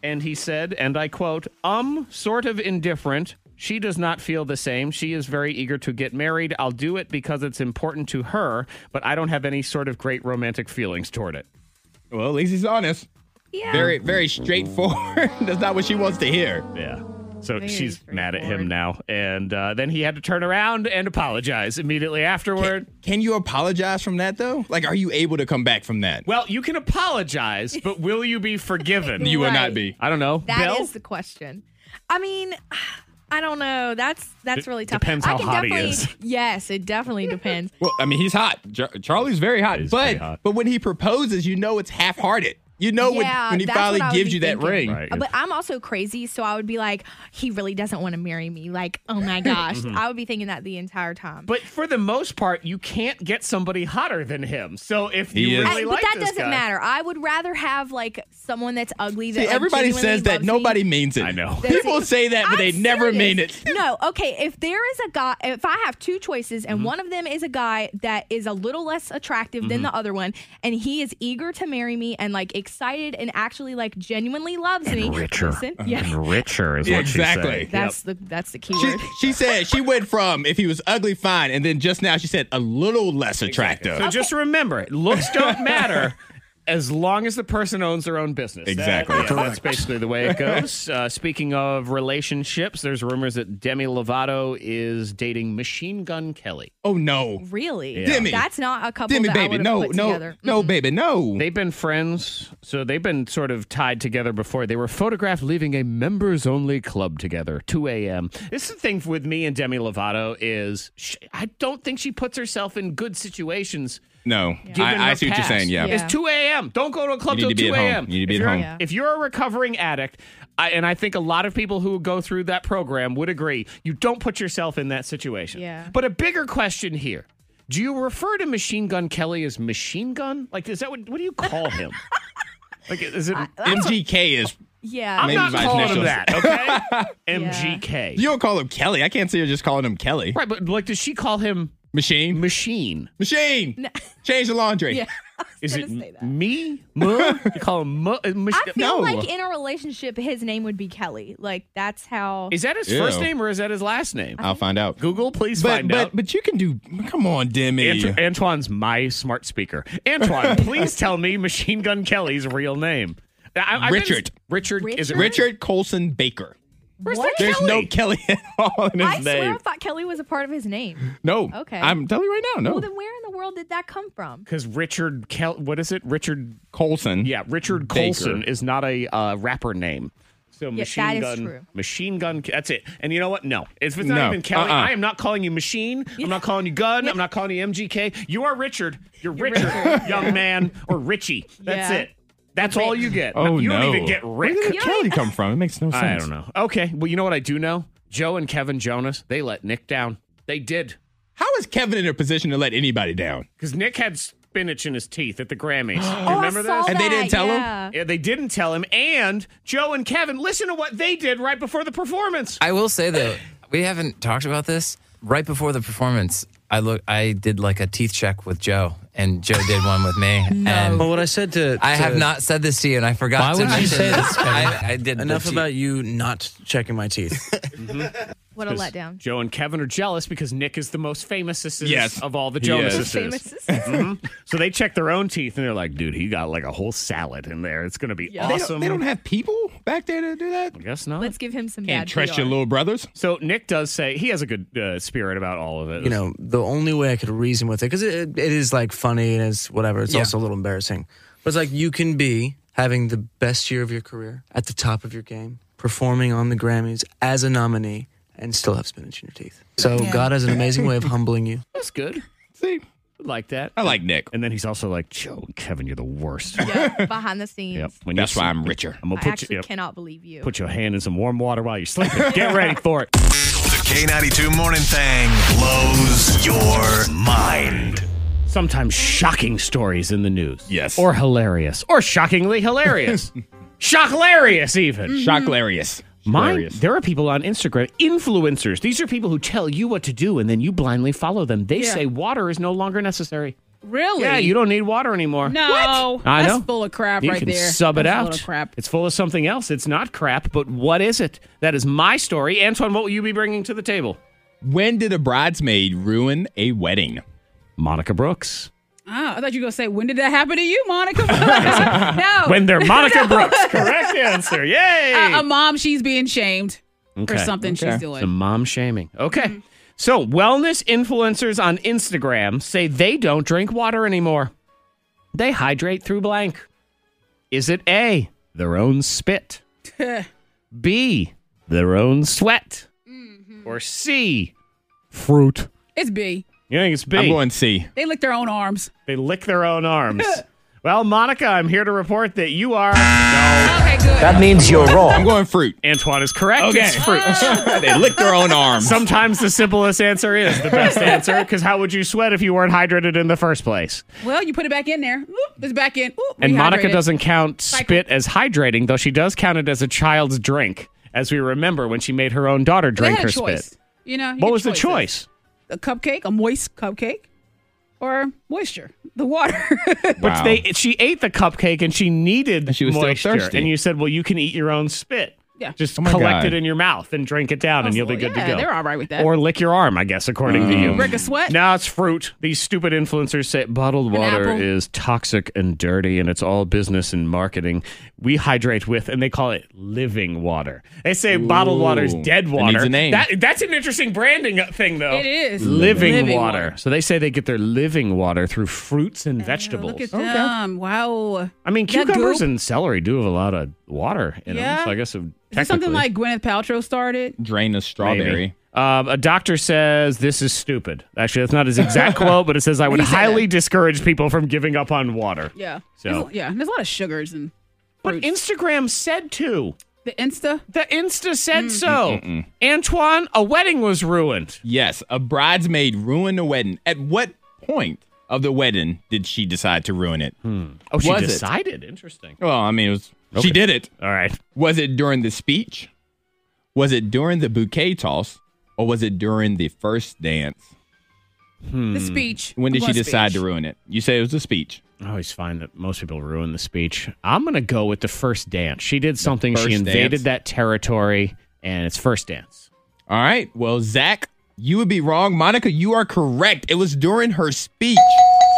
[SPEAKER 1] and he said, and I quote, "Um, sort of indifferent." She does not feel the same. She is very eager to get married. I'll do it because it's important to her, but I don't have any sort of great romantic feelings toward it.
[SPEAKER 4] Well, at least he's honest.
[SPEAKER 7] yeah.
[SPEAKER 4] Very, very straightforward. That's not what she wants to hear.
[SPEAKER 1] Yeah. So
[SPEAKER 7] Very
[SPEAKER 1] she's mad at him
[SPEAKER 7] straightforward.
[SPEAKER 1] now. And uh, then he had to turn around and apologize immediately afterward.
[SPEAKER 4] Can you apologize from that, though? Like, are you able to come back from that?
[SPEAKER 1] well, you can apologize, but will you be forgiven?
[SPEAKER 4] you will not
[SPEAKER 7] right.
[SPEAKER 4] be.
[SPEAKER 1] I don't know.
[SPEAKER 7] That is
[SPEAKER 1] Bill?
[SPEAKER 7] the question. I mean, I don't know. That's that's
[SPEAKER 1] D-
[SPEAKER 7] really tough.
[SPEAKER 1] depends
[SPEAKER 7] I
[SPEAKER 1] how
[SPEAKER 7] can
[SPEAKER 1] hot he
[SPEAKER 7] definitely,
[SPEAKER 1] is.
[SPEAKER 7] Yes, it definitely depends.
[SPEAKER 4] Well, I mean, he's hot. Jar- Charlie's very hot,
[SPEAKER 1] He's
[SPEAKER 4] but
[SPEAKER 1] pretty hot.
[SPEAKER 4] but when he proposes, you know it's half-hearted. You know when,
[SPEAKER 7] Yeah,
[SPEAKER 4] when he
[SPEAKER 7] that's
[SPEAKER 4] finally
[SPEAKER 7] what I would
[SPEAKER 4] gives
[SPEAKER 7] be
[SPEAKER 4] you that
[SPEAKER 7] thinking.
[SPEAKER 4] ring.
[SPEAKER 1] Right.
[SPEAKER 7] But I'm also crazy, so I would be like, he really doesn't want to marry me. Like, oh my gosh. I would be thinking that the entire time.
[SPEAKER 1] Mm-hmm. But for the most part, you can't get somebody hotter than him. So if
[SPEAKER 4] He
[SPEAKER 1] you
[SPEAKER 4] is-
[SPEAKER 7] I-
[SPEAKER 1] really
[SPEAKER 7] but
[SPEAKER 1] like
[SPEAKER 7] that
[SPEAKER 1] this
[SPEAKER 7] doesn't
[SPEAKER 1] guy-
[SPEAKER 7] matter. I would rather have like someone that's ugly. That
[SPEAKER 4] See,
[SPEAKER 7] like,
[SPEAKER 4] everybody
[SPEAKER 7] genuinely
[SPEAKER 4] says that.
[SPEAKER 7] loves me.
[SPEAKER 4] Nobody means it.
[SPEAKER 1] I know.
[SPEAKER 7] That's
[SPEAKER 4] People
[SPEAKER 7] it.
[SPEAKER 4] say that, but
[SPEAKER 7] I'm
[SPEAKER 4] they never
[SPEAKER 7] serious.
[SPEAKER 4] mean it.
[SPEAKER 7] No, okay. If there is a guy, if I have two choices
[SPEAKER 4] Mm-hmm.
[SPEAKER 7] and one of them is a guy that is a little less attractive than the other one, and he is eager to marry me and like excited and actually like genuinely loves me,
[SPEAKER 1] richer.
[SPEAKER 7] listen, yeah,
[SPEAKER 1] richer is
[SPEAKER 4] Yeah, exactly.
[SPEAKER 7] that's the that's the key
[SPEAKER 4] She,
[SPEAKER 7] word.
[SPEAKER 4] she said she went from if he was ugly, fine, and then just now she said a little less attractive.
[SPEAKER 1] So just remember, looks don't matter as long as the person owns their own business. That-
[SPEAKER 4] Exactly.
[SPEAKER 1] yeah, that's basically the way it goes. Uh, speaking of relationships, there's rumors that Demi Lovato is dating Machine Gun Kelly.
[SPEAKER 4] Oh no,
[SPEAKER 7] Really,
[SPEAKER 4] Demi.
[SPEAKER 7] that's not a couple.
[SPEAKER 4] Demi,
[SPEAKER 7] that I
[SPEAKER 4] baby,
[SPEAKER 7] would've
[SPEAKER 4] no,
[SPEAKER 7] put
[SPEAKER 4] no,
[SPEAKER 7] together.
[SPEAKER 4] no, baby, no.
[SPEAKER 1] They've been friends, so they've been sort of tied together before. They were photographed leaving a members only club together, 2 a.m. This is the thing with me and Demi Lovato is sh I don't think she puts herself in good situations.
[SPEAKER 4] no,
[SPEAKER 1] given
[SPEAKER 4] I, I
[SPEAKER 1] her
[SPEAKER 4] see what you're
[SPEAKER 1] past.
[SPEAKER 4] saying. Yeah,
[SPEAKER 7] Yeah.
[SPEAKER 1] It's 2 a.m. Don't go to a club
[SPEAKER 4] You
[SPEAKER 1] till
[SPEAKER 4] need to be
[SPEAKER 1] 2
[SPEAKER 4] at home.
[SPEAKER 1] a.m.
[SPEAKER 4] You need to be
[SPEAKER 1] If
[SPEAKER 4] at
[SPEAKER 1] you're-
[SPEAKER 4] home.
[SPEAKER 7] Yeah.
[SPEAKER 1] If you're a recovering addict, I, and I think a lot of people who go through that program would agree, you don't put yourself in that situation.
[SPEAKER 7] Yeah.
[SPEAKER 1] But a bigger question here. Do you refer to Machine Gun Kelly as Machine Gun? Like, is that what, what do you call him? like, is it?
[SPEAKER 4] MGK is.
[SPEAKER 7] yeah,
[SPEAKER 1] I'm
[SPEAKER 4] maybe
[SPEAKER 1] not
[SPEAKER 4] by his
[SPEAKER 1] calling him
[SPEAKER 4] initials.
[SPEAKER 1] that, okay? MGK.
[SPEAKER 4] You don't call him Kelly. I can't see her just calling him Kelly.
[SPEAKER 1] Right, but like, does she call him
[SPEAKER 4] Machine,
[SPEAKER 1] Machine?
[SPEAKER 4] machine. Change the laundry.
[SPEAKER 1] Is it
[SPEAKER 7] gonna say that.
[SPEAKER 1] me? Mu? you call him Mu? uh, Mach-
[SPEAKER 7] I feel
[SPEAKER 4] No.
[SPEAKER 7] like in a relationship, his name would be Kelly. Like that's how.
[SPEAKER 1] Is that his
[SPEAKER 4] Ew.
[SPEAKER 1] first name or is that his last name?
[SPEAKER 4] I'll find out.
[SPEAKER 1] Uh, Google, please
[SPEAKER 4] But
[SPEAKER 1] find
[SPEAKER 4] but
[SPEAKER 1] out.
[SPEAKER 4] but you can do. Come on, Demi.
[SPEAKER 1] Ant- Antoine's my smart speaker. Antoine, please tell me Machine Gun Kelly's real name. I- I've been-
[SPEAKER 4] Richard.
[SPEAKER 1] Richard. Is it Richard?
[SPEAKER 4] Richard Colson Baker.
[SPEAKER 1] Where's
[SPEAKER 7] What?
[SPEAKER 1] the
[SPEAKER 4] There's
[SPEAKER 1] Kelly?
[SPEAKER 4] no Kelly at all in his
[SPEAKER 7] I swear,
[SPEAKER 4] name.
[SPEAKER 7] I thought Kelly was a part of his name.
[SPEAKER 4] no.
[SPEAKER 7] Okay.
[SPEAKER 4] I'm telling you right now. No.
[SPEAKER 7] Well, then where in the world did that come from?
[SPEAKER 1] Because Richard Kel. What is it? Richard.
[SPEAKER 4] Colson.
[SPEAKER 1] Yeah, Richard
[SPEAKER 4] Baker.
[SPEAKER 1] Colson is not a uh, rapper name. So machine
[SPEAKER 7] that is
[SPEAKER 1] gun,
[SPEAKER 7] true.
[SPEAKER 1] machine gun. That's it. And you know what? No, if it's not
[SPEAKER 4] No.
[SPEAKER 1] even Kelly,
[SPEAKER 4] Uh-uh.
[SPEAKER 1] I am not calling you machine. I'm not calling you gun. I'm not calling you MGK. You are Richard. You're, Richard, young man, or Richie. That's
[SPEAKER 7] Yeah.
[SPEAKER 1] it. That's all you get.
[SPEAKER 4] Oh
[SPEAKER 1] you
[SPEAKER 4] no.
[SPEAKER 1] don't even get
[SPEAKER 4] Where
[SPEAKER 1] Rick.
[SPEAKER 4] did the Kelly come from? It makes no sense.
[SPEAKER 1] I don't know. Okay. Well, you know what I do know? Joe and Kevin Jonas, they let Nick down. They did.
[SPEAKER 4] How is Kevin in a position to let anybody down?
[SPEAKER 1] Because Nick had spinach in his teeth at the Grammys. You
[SPEAKER 7] Oh,
[SPEAKER 1] remember
[SPEAKER 7] I saw
[SPEAKER 1] this?
[SPEAKER 7] That.
[SPEAKER 4] And they didn't tell him?
[SPEAKER 7] yeah.
[SPEAKER 1] Yeah, they didn't tell him. And Joe and Kevin, listen to what they did right before the performance.
[SPEAKER 11] I will say though, we haven't talked about this. Right before the performance, I look, I did like a teeth check with Joe, and Joe did one with me. And
[SPEAKER 6] But what I said to,
[SPEAKER 11] I have
[SPEAKER 6] to-
[SPEAKER 11] not said this to you, and I forgot.
[SPEAKER 6] Why
[SPEAKER 11] to
[SPEAKER 6] would you
[SPEAKER 11] mention
[SPEAKER 6] say this, Kevin?
[SPEAKER 11] I, I did the
[SPEAKER 6] enough
[SPEAKER 11] teeth-
[SPEAKER 6] about you not checking my teeth.
[SPEAKER 7] What a letdown.
[SPEAKER 1] Joe and Kevin are jealous because Nick is the most famous
[SPEAKER 4] Yes.
[SPEAKER 1] of all the
[SPEAKER 4] He is.
[SPEAKER 1] Jonases.
[SPEAKER 7] Famous.
[SPEAKER 1] So they check their own teeth and they're like, dude, he got like a whole salad in there. It's going to be
[SPEAKER 7] Yeah.
[SPEAKER 4] They,
[SPEAKER 1] awesome.
[SPEAKER 4] don't, they don't have people back there to do that.
[SPEAKER 1] I guess not.
[SPEAKER 7] Let's give him some
[SPEAKER 4] Can't
[SPEAKER 7] bad
[SPEAKER 4] trust
[SPEAKER 7] PR.
[SPEAKER 4] your little brothers.
[SPEAKER 1] so Nick does say he has a good uh, spirit about all of it.
[SPEAKER 6] you know, the only way I could reason with it, because it, it is like funny and it's whatever, it's
[SPEAKER 11] Yeah.
[SPEAKER 6] also a little embarrassing. But it's like you can be having the best year of your career at the top of your game, performing on the Grammys as a nominee, and still have spinach in your teeth. So God has an amazing way of humbling you.
[SPEAKER 1] that's good.
[SPEAKER 4] See,
[SPEAKER 1] Like that.
[SPEAKER 4] I like Nick.
[SPEAKER 1] And then he's also like, Joe, Kevin, you're the worst.
[SPEAKER 7] Yeah, behind the scenes.
[SPEAKER 1] Yep. When
[SPEAKER 4] That's
[SPEAKER 1] you-
[SPEAKER 4] why I'm richer.
[SPEAKER 1] I'm gonna
[SPEAKER 7] I
[SPEAKER 1] put you,
[SPEAKER 7] actually
[SPEAKER 1] yep.
[SPEAKER 7] cannot believe you.
[SPEAKER 1] put your hand in some warm water while you're sleeping. Get ready for it.
[SPEAKER 12] The K92 Morning Thing blows your mind.
[SPEAKER 1] Sometimes shocking stories in the news.
[SPEAKER 4] Yes.
[SPEAKER 1] Or hilarious. Or shockingly hilarious. Shocklarious even.
[SPEAKER 4] Shocklarious.
[SPEAKER 1] Mine,
[SPEAKER 4] Hilarious.
[SPEAKER 1] there are people on Instagram, influencers. These are people who tell you what to do and then you blindly follow them. They say water is no longer necessary.
[SPEAKER 5] Really?
[SPEAKER 1] Yeah, you don't need water anymore.
[SPEAKER 5] No.
[SPEAKER 1] I
[SPEAKER 5] That's
[SPEAKER 1] know.
[SPEAKER 5] full of crap
[SPEAKER 1] You
[SPEAKER 5] right
[SPEAKER 1] can
[SPEAKER 5] there.
[SPEAKER 1] sub it
[SPEAKER 5] That's
[SPEAKER 1] out.
[SPEAKER 5] Full of crap.
[SPEAKER 1] It's full of something else. It's not crap, but what is it? That is my story. Antoine, what will you be bringing to the table?
[SPEAKER 4] When did a bridesmaid ruin a wedding?
[SPEAKER 1] Monica Brooks.
[SPEAKER 5] Ah, I thought you were going to say, when did that happen to you, Monica? no.
[SPEAKER 1] When they're Monica Brooks. Correct answer. Yay.
[SPEAKER 5] a, a mom, she's being shamed Uh, um, for
[SPEAKER 1] Okay.
[SPEAKER 5] something she's doing.
[SPEAKER 1] Some mom shaming. Okay. So, wellness influencers on Instagram say they don't drink water anymore. They hydrate through blank. Is it A, their own spit? B, their own sweat? Or C, fruit?
[SPEAKER 5] It's B.
[SPEAKER 1] You think it's B?
[SPEAKER 4] I'm going C.
[SPEAKER 5] They lick their own arms.
[SPEAKER 1] They lick their own arms. Well, Monica, I'm here to report that you are.
[SPEAKER 7] Okay, good.
[SPEAKER 1] That
[SPEAKER 13] means you're wrong.
[SPEAKER 4] I'm going fruit.
[SPEAKER 1] Antoine is correct.
[SPEAKER 4] Okay.
[SPEAKER 1] It's fruit.
[SPEAKER 4] Ah. they licked their own arms.
[SPEAKER 1] Sometimes the simplest answer is the best answer because how would you sweat if you weren't hydrated in the first place?
[SPEAKER 5] Well, you put it back in there. Oop, it's back in. Oop,
[SPEAKER 1] And Monica
[SPEAKER 5] rehydrated.
[SPEAKER 1] doesn't count spit as hydrating, though she does count it as a child's drink, as we remember when she made her own daughter
[SPEAKER 5] But they
[SPEAKER 1] drink
[SPEAKER 5] had
[SPEAKER 1] her
[SPEAKER 5] a choice.
[SPEAKER 1] spit.
[SPEAKER 5] You know, you
[SPEAKER 1] What
[SPEAKER 5] get
[SPEAKER 1] was the
[SPEAKER 5] choices.
[SPEAKER 1] choice?
[SPEAKER 5] A cupcake, a moist cupcake, or moisture, the water.
[SPEAKER 1] But they she ate the cupcake and she needed
[SPEAKER 4] she was still
[SPEAKER 1] moisture.
[SPEAKER 4] thirsty.
[SPEAKER 1] And you said, well, you can eat your own spit.
[SPEAKER 5] Yeah.
[SPEAKER 1] Just
[SPEAKER 5] Oh
[SPEAKER 4] my
[SPEAKER 1] collect
[SPEAKER 4] God.
[SPEAKER 1] it in your mouth and drink it down, and you'll be good
[SPEAKER 5] yeah,
[SPEAKER 1] to go.
[SPEAKER 5] they're all right with that. Mm.
[SPEAKER 1] Or lick your arm, I guess, according to you.
[SPEAKER 5] Break a sweat?
[SPEAKER 1] No, it's fruit. These stupid influencers say bottled water
[SPEAKER 5] apple?
[SPEAKER 1] is toxic and dirty, and it's all business and marketing. We hydrate with, and they call it living water. They say bottled water is
[SPEAKER 4] Ooh.
[SPEAKER 1] dead
[SPEAKER 4] It
[SPEAKER 1] water.
[SPEAKER 4] needs a name.
[SPEAKER 1] That, that's an interesting branding thing, though.
[SPEAKER 5] It is.
[SPEAKER 1] living,
[SPEAKER 5] Living
[SPEAKER 1] water.
[SPEAKER 5] water.
[SPEAKER 1] So they say they get their living water through fruits and vegetables.
[SPEAKER 5] Oh, Look at them. Wow.
[SPEAKER 1] I mean,
[SPEAKER 5] That
[SPEAKER 1] cucumbers
[SPEAKER 5] goop.
[SPEAKER 1] and celery do have a lot of water in them.
[SPEAKER 5] Yeah.
[SPEAKER 1] So I guess it would
[SPEAKER 5] Is it something
[SPEAKER 1] technically-
[SPEAKER 5] like Gwyneth Paltrow started?
[SPEAKER 4] Drain a strawberry.
[SPEAKER 1] Maybe. Um, a doctor says this is stupid. Actually, that's not his exact quote, but it says I would
[SPEAKER 5] He said
[SPEAKER 1] highly discourage people from giving up on water.
[SPEAKER 5] Yeah.
[SPEAKER 1] So-
[SPEAKER 5] There's- yeah, there's a lot of sugars and
[SPEAKER 1] But Instagram said to.
[SPEAKER 5] the Insta.
[SPEAKER 1] The Insta said
[SPEAKER 5] Mm.
[SPEAKER 1] so. Antoine, a wedding was ruined.
[SPEAKER 4] Yes, a bridesmaid ruined the wedding. At what point of the wedding did she decide to ruin it?
[SPEAKER 1] Oh, she
[SPEAKER 4] Was it-
[SPEAKER 1] decided. Interesting.
[SPEAKER 4] Well, I mean, it was, she did it.
[SPEAKER 1] All right.
[SPEAKER 4] Was it during the speech? Was it during the bouquet toss? Or was it during the first dance?
[SPEAKER 1] Hmm.
[SPEAKER 5] The speech.
[SPEAKER 4] When did
[SPEAKER 5] It
[SPEAKER 4] she
[SPEAKER 5] was
[SPEAKER 4] decide
[SPEAKER 5] speech.
[SPEAKER 4] to ruin it? You say it was the speech.
[SPEAKER 1] I always find that most people ruin the speech. I'm going to go with the first dance. She did something. She
[SPEAKER 4] first
[SPEAKER 1] invaded
[SPEAKER 4] dance?
[SPEAKER 1] that territory, and it's first dance.
[SPEAKER 4] All right. Well, Zach, you would be wrong. Monica, you are correct. It was during her speech.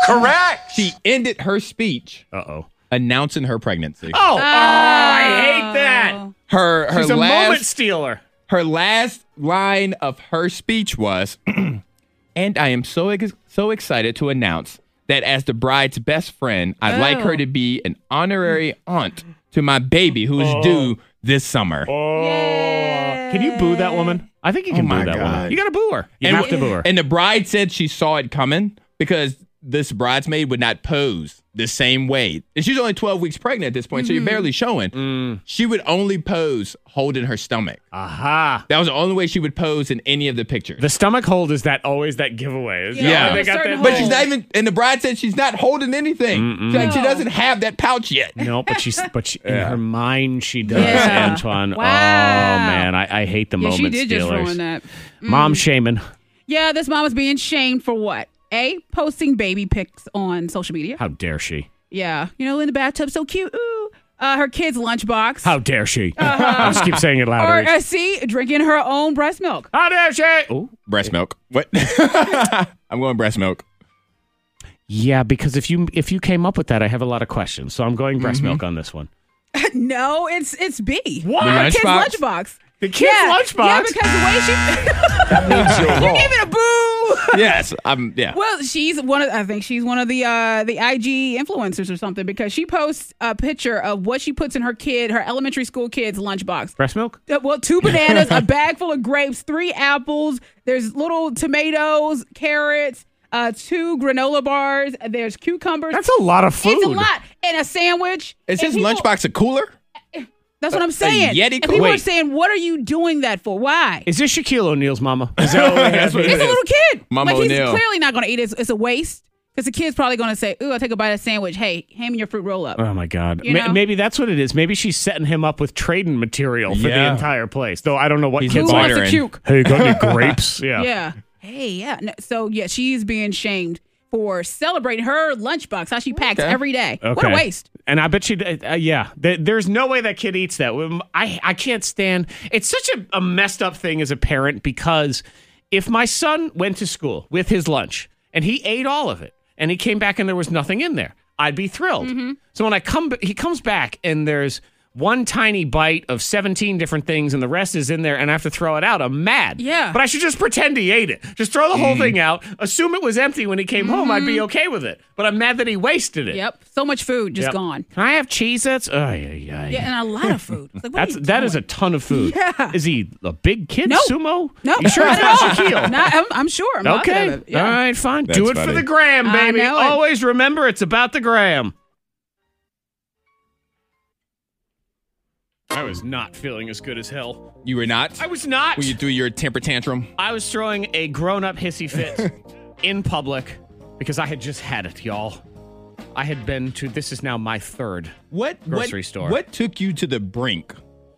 [SPEAKER 4] Correct. She ended her speech
[SPEAKER 1] Uh oh.
[SPEAKER 4] announcing her pregnancy.
[SPEAKER 1] Oh, I
[SPEAKER 5] Oh.
[SPEAKER 1] hate that.
[SPEAKER 4] Her her
[SPEAKER 1] She's a moment
[SPEAKER 4] last
[SPEAKER 1] stealer.
[SPEAKER 4] her last line of her speech was, "And I am so ex- so excited to announce that as the bride's best friend, I'd like
[SPEAKER 1] Oh.
[SPEAKER 4] her to be an honorary aunt to my baby who is
[SPEAKER 1] Oh.
[SPEAKER 4] due this summer."
[SPEAKER 1] Can you boo that woman? I think you can
[SPEAKER 4] Oh my
[SPEAKER 1] boo that
[SPEAKER 4] God.
[SPEAKER 1] woman. You got to boo her. You have to boo her.
[SPEAKER 4] And the bride said she saw it coming because this bridesmaid would not pose the same way. And she's only 12 weeks pregnant at this point, so you're
[SPEAKER 1] Mm-hmm.
[SPEAKER 4] barely showing.
[SPEAKER 1] Mm.
[SPEAKER 4] She would only pose holding her stomach.
[SPEAKER 1] Ah. Aha.
[SPEAKER 4] That was the only way she would pose in any of the pictures.
[SPEAKER 1] The stomach hold is that always that giveaway. Is
[SPEAKER 4] Yeah.
[SPEAKER 1] they
[SPEAKER 4] There's
[SPEAKER 1] got that
[SPEAKER 5] certain
[SPEAKER 4] but she's not even, and the bride said she's not holding anything. She's like, she
[SPEAKER 5] No.
[SPEAKER 4] doesn't have that pouch yet.
[SPEAKER 1] No, but she's but she, in her mind she does,
[SPEAKER 5] Yeah.
[SPEAKER 1] Antoine.
[SPEAKER 5] Wow.
[SPEAKER 1] Oh man, I, I hate the
[SPEAKER 5] Yeah,
[SPEAKER 1] moment
[SPEAKER 5] she did
[SPEAKER 1] stealers.
[SPEAKER 5] just ruin that. Mm.
[SPEAKER 1] Mom shaming.
[SPEAKER 5] Yeah, this mom is being shamed for what? A, posting baby pics on social media.
[SPEAKER 1] How dare she?
[SPEAKER 5] Yeah. You know, in the bathtub, so cute. Ooh. Uh, her kid's lunchbox.
[SPEAKER 1] How dare she? I just keep saying it
[SPEAKER 5] or
[SPEAKER 1] louder.
[SPEAKER 5] uh, C, drinking her own breast milk.
[SPEAKER 1] How dare she? Ooh.
[SPEAKER 4] Breast milk. What? I'm going breast milk.
[SPEAKER 1] Yeah, because if you if you came up with that, I have a lot of questions. So I'm going breast milk on this one.
[SPEAKER 5] no, it's it's B.
[SPEAKER 1] What? The
[SPEAKER 5] Her kid's
[SPEAKER 4] lunchbox?
[SPEAKER 5] lunchbox.
[SPEAKER 1] The kid's
[SPEAKER 5] yeah.
[SPEAKER 1] lunchbox?
[SPEAKER 5] Yeah, because the way she
[SPEAKER 4] You're
[SPEAKER 5] gave it a boo.
[SPEAKER 4] Yes. I'm, yeah.
[SPEAKER 5] Well, she's one of I think she's one of the uh the IG influencers or something because she posts a picture of what she puts in her kid, her elementary school kid's lunchbox.
[SPEAKER 1] Breast milk?
[SPEAKER 5] Uh, Well, two bananas, a bag full of grapes, three apples. There's little tomatoes, carrots, uh, two granola bars. There's cucumbers.
[SPEAKER 1] That's a lot of food.
[SPEAKER 5] It's a lot, and a sandwich.
[SPEAKER 4] Is
[SPEAKER 5] And
[SPEAKER 4] his
[SPEAKER 5] people-
[SPEAKER 4] lunchbox a cooler?
[SPEAKER 5] That's what I'm saying.
[SPEAKER 4] Yeti
[SPEAKER 5] and people
[SPEAKER 1] cooler?
[SPEAKER 5] are
[SPEAKER 1] Wait.
[SPEAKER 5] saying, "What are you doing that for? Why?"
[SPEAKER 1] Is this Shaquille O'Neal's mama? Is that what we have?
[SPEAKER 4] what it
[SPEAKER 5] It's a
[SPEAKER 4] is.
[SPEAKER 5] little kid.
[SPEAKER 4] Mama
[SPEAKER 5] like he's
[SPEAKER 4] O'Neal.
[SPEAKER 5] clearly not going to eat it. It's, it's a waste because the kid's probably going to say, "Ooh, I'll take a bite of sandwich." Hey, hand me your fruit roll up.
[SPEAKER 1] Oh my God!
[SPEAKER 5] You
[SPEAKER 1] Ma-
[SPEAKER 5] know?
[SPEAKER 1] Maybe that's what it is. Maybe she's setting him up with trading material for the
[SPEAKER 4] Yeah.
[SPEAKER 1] entire place. Though I don't know what
[SPEAKER 4] He's
[SPEAKER 5] Who
[SPEAKER 1] kids
[SPEAKER 5] wants
[SPEAKER 1] like.
[SPEAKER 5] a
[SPEAKER 4] bartering.
[SPEAKER 5] cuke?
[SPEAKER 1] Hey, got any grapes? Yeah.
[SPEAKER 5] Yeah. Hey, yeah. No, so yeah, she's being shamed for celebrating her lunchbox, how she packs every day. What a
[SPEAKER 1] Okay.
[SPEAKER 5] waste.
[SPEAKER 1] And I bet she. Uh, yeah, There- there's no way that kid eats that. Um, I I can't stand. It's such a, a messed up thing as a parent because if my son went to school with his lunch and he ate all of it and he came back and there was nothing in there, I'd be thrilled.
[SPEAKER 5] Mm-hmm.
[SPEAKER 1] So when I come, he comes back and there's one tiny bite of 17 different things and the rest is in there and I have to throw it out. I'm mad.
[SPEAKER 5] Yeah. Mm.
[SPEAKER 1] But I should just pretend he ate it. Just throw the whole thing out. Assume it was empty when he came home. I'd be okay with it. But I'm mad that he wasted it.
[SPEAKER 5] Mm-hmm. Yep. So much food just
[SPEAKER 1] Yep.
[SPEAKER 5] gone.
[SPEAKER 1] Can I have Cheez Its? Oh, yeah, yeah.
[SPEAKER 5] Yeah, and a lot of food. It's Like, what are
[SPEAKER 1] That's
[SPEAKER 5] you
[SPEAKER 1] that is a
[SPEAKER 5] doing?
[SPEAKER 1] ton of food.
[SPEAKER 5] Yeah.
[SPEAKER 1] Is he a big kid?
[SPEAKER 5] No.
[SPEAKER 1] Sumo?
[SPEAKER 5] no.
[SPEAKER 1] You sure it's
[SPEAKER 5] not
[SPEAKER 1] not
[SPEAKER 5] at all.
[SPEAKER 1] Shaquille?
[SPEAKER 5] Not- I'm, I'm sure. I'm positive
[SPEAKER 1] okay.
[SPEAKER 5] of it. Yeah.
[SPEAKER 1] All right, fine.
[SPEAKER 4] That's
[SPEAKER 1] Do it for
[SPEAKER 4] funny.
[SPEAKER 1] the gram,
[SPEAKER 5] I
[SPEAKER 1] baby.
[SPEAKER 5] know it.
[SPEAKER 1] Always remember it's about the gram. I was not feeling as good as hell.
[SPEAKER 4] You were not?
[SPEAKER 1] I was not.
[SPEAKER 4] When you threw your temper tantrum?
[SPEAKER 1] I was throwing a grown up hissy fit in public because I had just had it, y'all. I had been to, this is now my third
[SPEAKER 4] what
[SPEAKER 1] grocery
[SPEAKER 4] what,
[SPEAKER 1] store.
[SPEAKER 4] What took you to the brink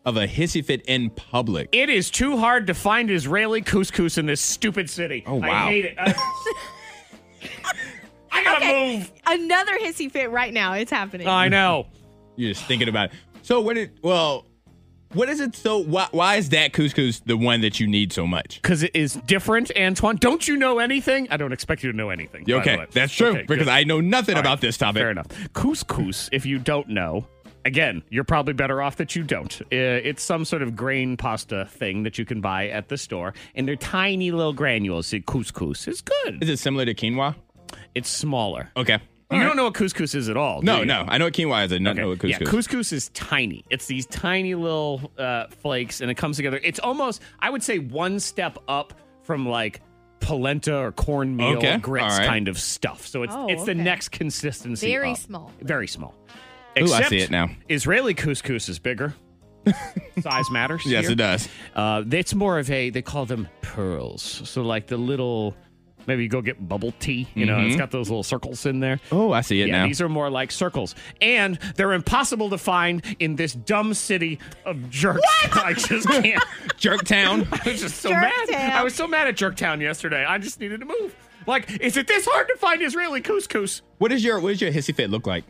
[SPEAKER 4] of a hissy fit in public?
[SPEAKER 1] It is too hard to find Israeli couscous in this stupid city.
[SPEAKER 4] Oh, wow.
[SPEAKER 1] I hate it. I, I gotta move.
[SPEAKER 7] Another hissy fit right now. It's happening.
[SPEAKER 1] I know.
[SPEAKER 4] You're just thinking about it. So what did well what is it so why, why is that couscous the one that you need so much?
[SPEAKER 1] Because it is different, Antoine. Don't you know anything? I don't expect you to know anything. by the
[SPEAKER 4] Okay,
[SPEAKER 1] way.
[SPEAKER 4] that's true
[SPEAKER 1] Okay,
[SPEAKER 4] because
[SPEAKER 1] good.
[SPEAKER 4] I know nothing
[SPEAKER 1] All right,
[SPEAKER 4] about this topic.
[SPEAKER 1] Fair enough. Couscous, if you don't know, again, you're probably better off that you don't. Uh, It's some sort of grain pasta thing that you can buy at the store, and they're tiny little granules. See, Couscous is good.
[SPEAKER 4] Is it similar to quinoa?
[SPEAKER 1] It's smaller.
[SPEAKER 4] Okay.
[SPEAKER 1] You don't know what couscous is at all. do
[SPEAKER 4] No,
[SPEAKER 1] you?
[SPEAKER 4] no. I know what quinoa is. I don't know what couscous.
[SPEAKER 1] Yeah, couscous is tiny. It's these tiny little uh, flakes, and it comes together. It's almost, I would say, one step up from like polenta or cornmeal
[SPEAKER 4] Okay,
[SPEAKER 1] grits
[SPEAKER 4] all right.
[SPEAKER 1] kind of stuff. So it's
[SPEAKER 7] Oh,
[SPEAKER 1] it's the
[SPEAKER 7] okay.
[SPEAKER 1] next consistency.
[SPEAKER 7] Very
[SPEAKER 1] up.
[SPEAKER 7] small.
[SPEAKER 1] Very small.
[SPEAKER 4] Ooh, I see
[SPEAKER 1] Except
[SPEAKER 4] it now.
[SPEAKER 1] Israeli couscous is bigger. Size matters.
[SPEAKER 4] Yes,
[SPEAKER 1] here.
[SPEAKER 4] it does.
[SPEAKER 1] Uh, it's more of a they call them pearls. So like the little. Maybe you go get bubble tea. You know, it's
[SPEAKER 4] Mhm.
[SPEAKER 1] got those little circles in there.
[SPEAKER 4] Oh, I see it
[SPEAKER 1] Yeah,
[SPEAKER 4] now.
[SPEAKER 1] these are more like circles, and they're impossible to find in this dumb city of jerks. I just can't.
[SPEAKER 4] Jerk town.
[SPEAKER 1] I was just so
[SPEAKER 7] Jerk
[SPEAKER 1] mad.
[SPEAKER 7] town.
[SPEAKER 1] I was so mad at Jerktown yesterday. I just needed to move. Like, is it this hard to find Israeli couscous?
[SPEAKER 4] What is your what does your hissy fit look like?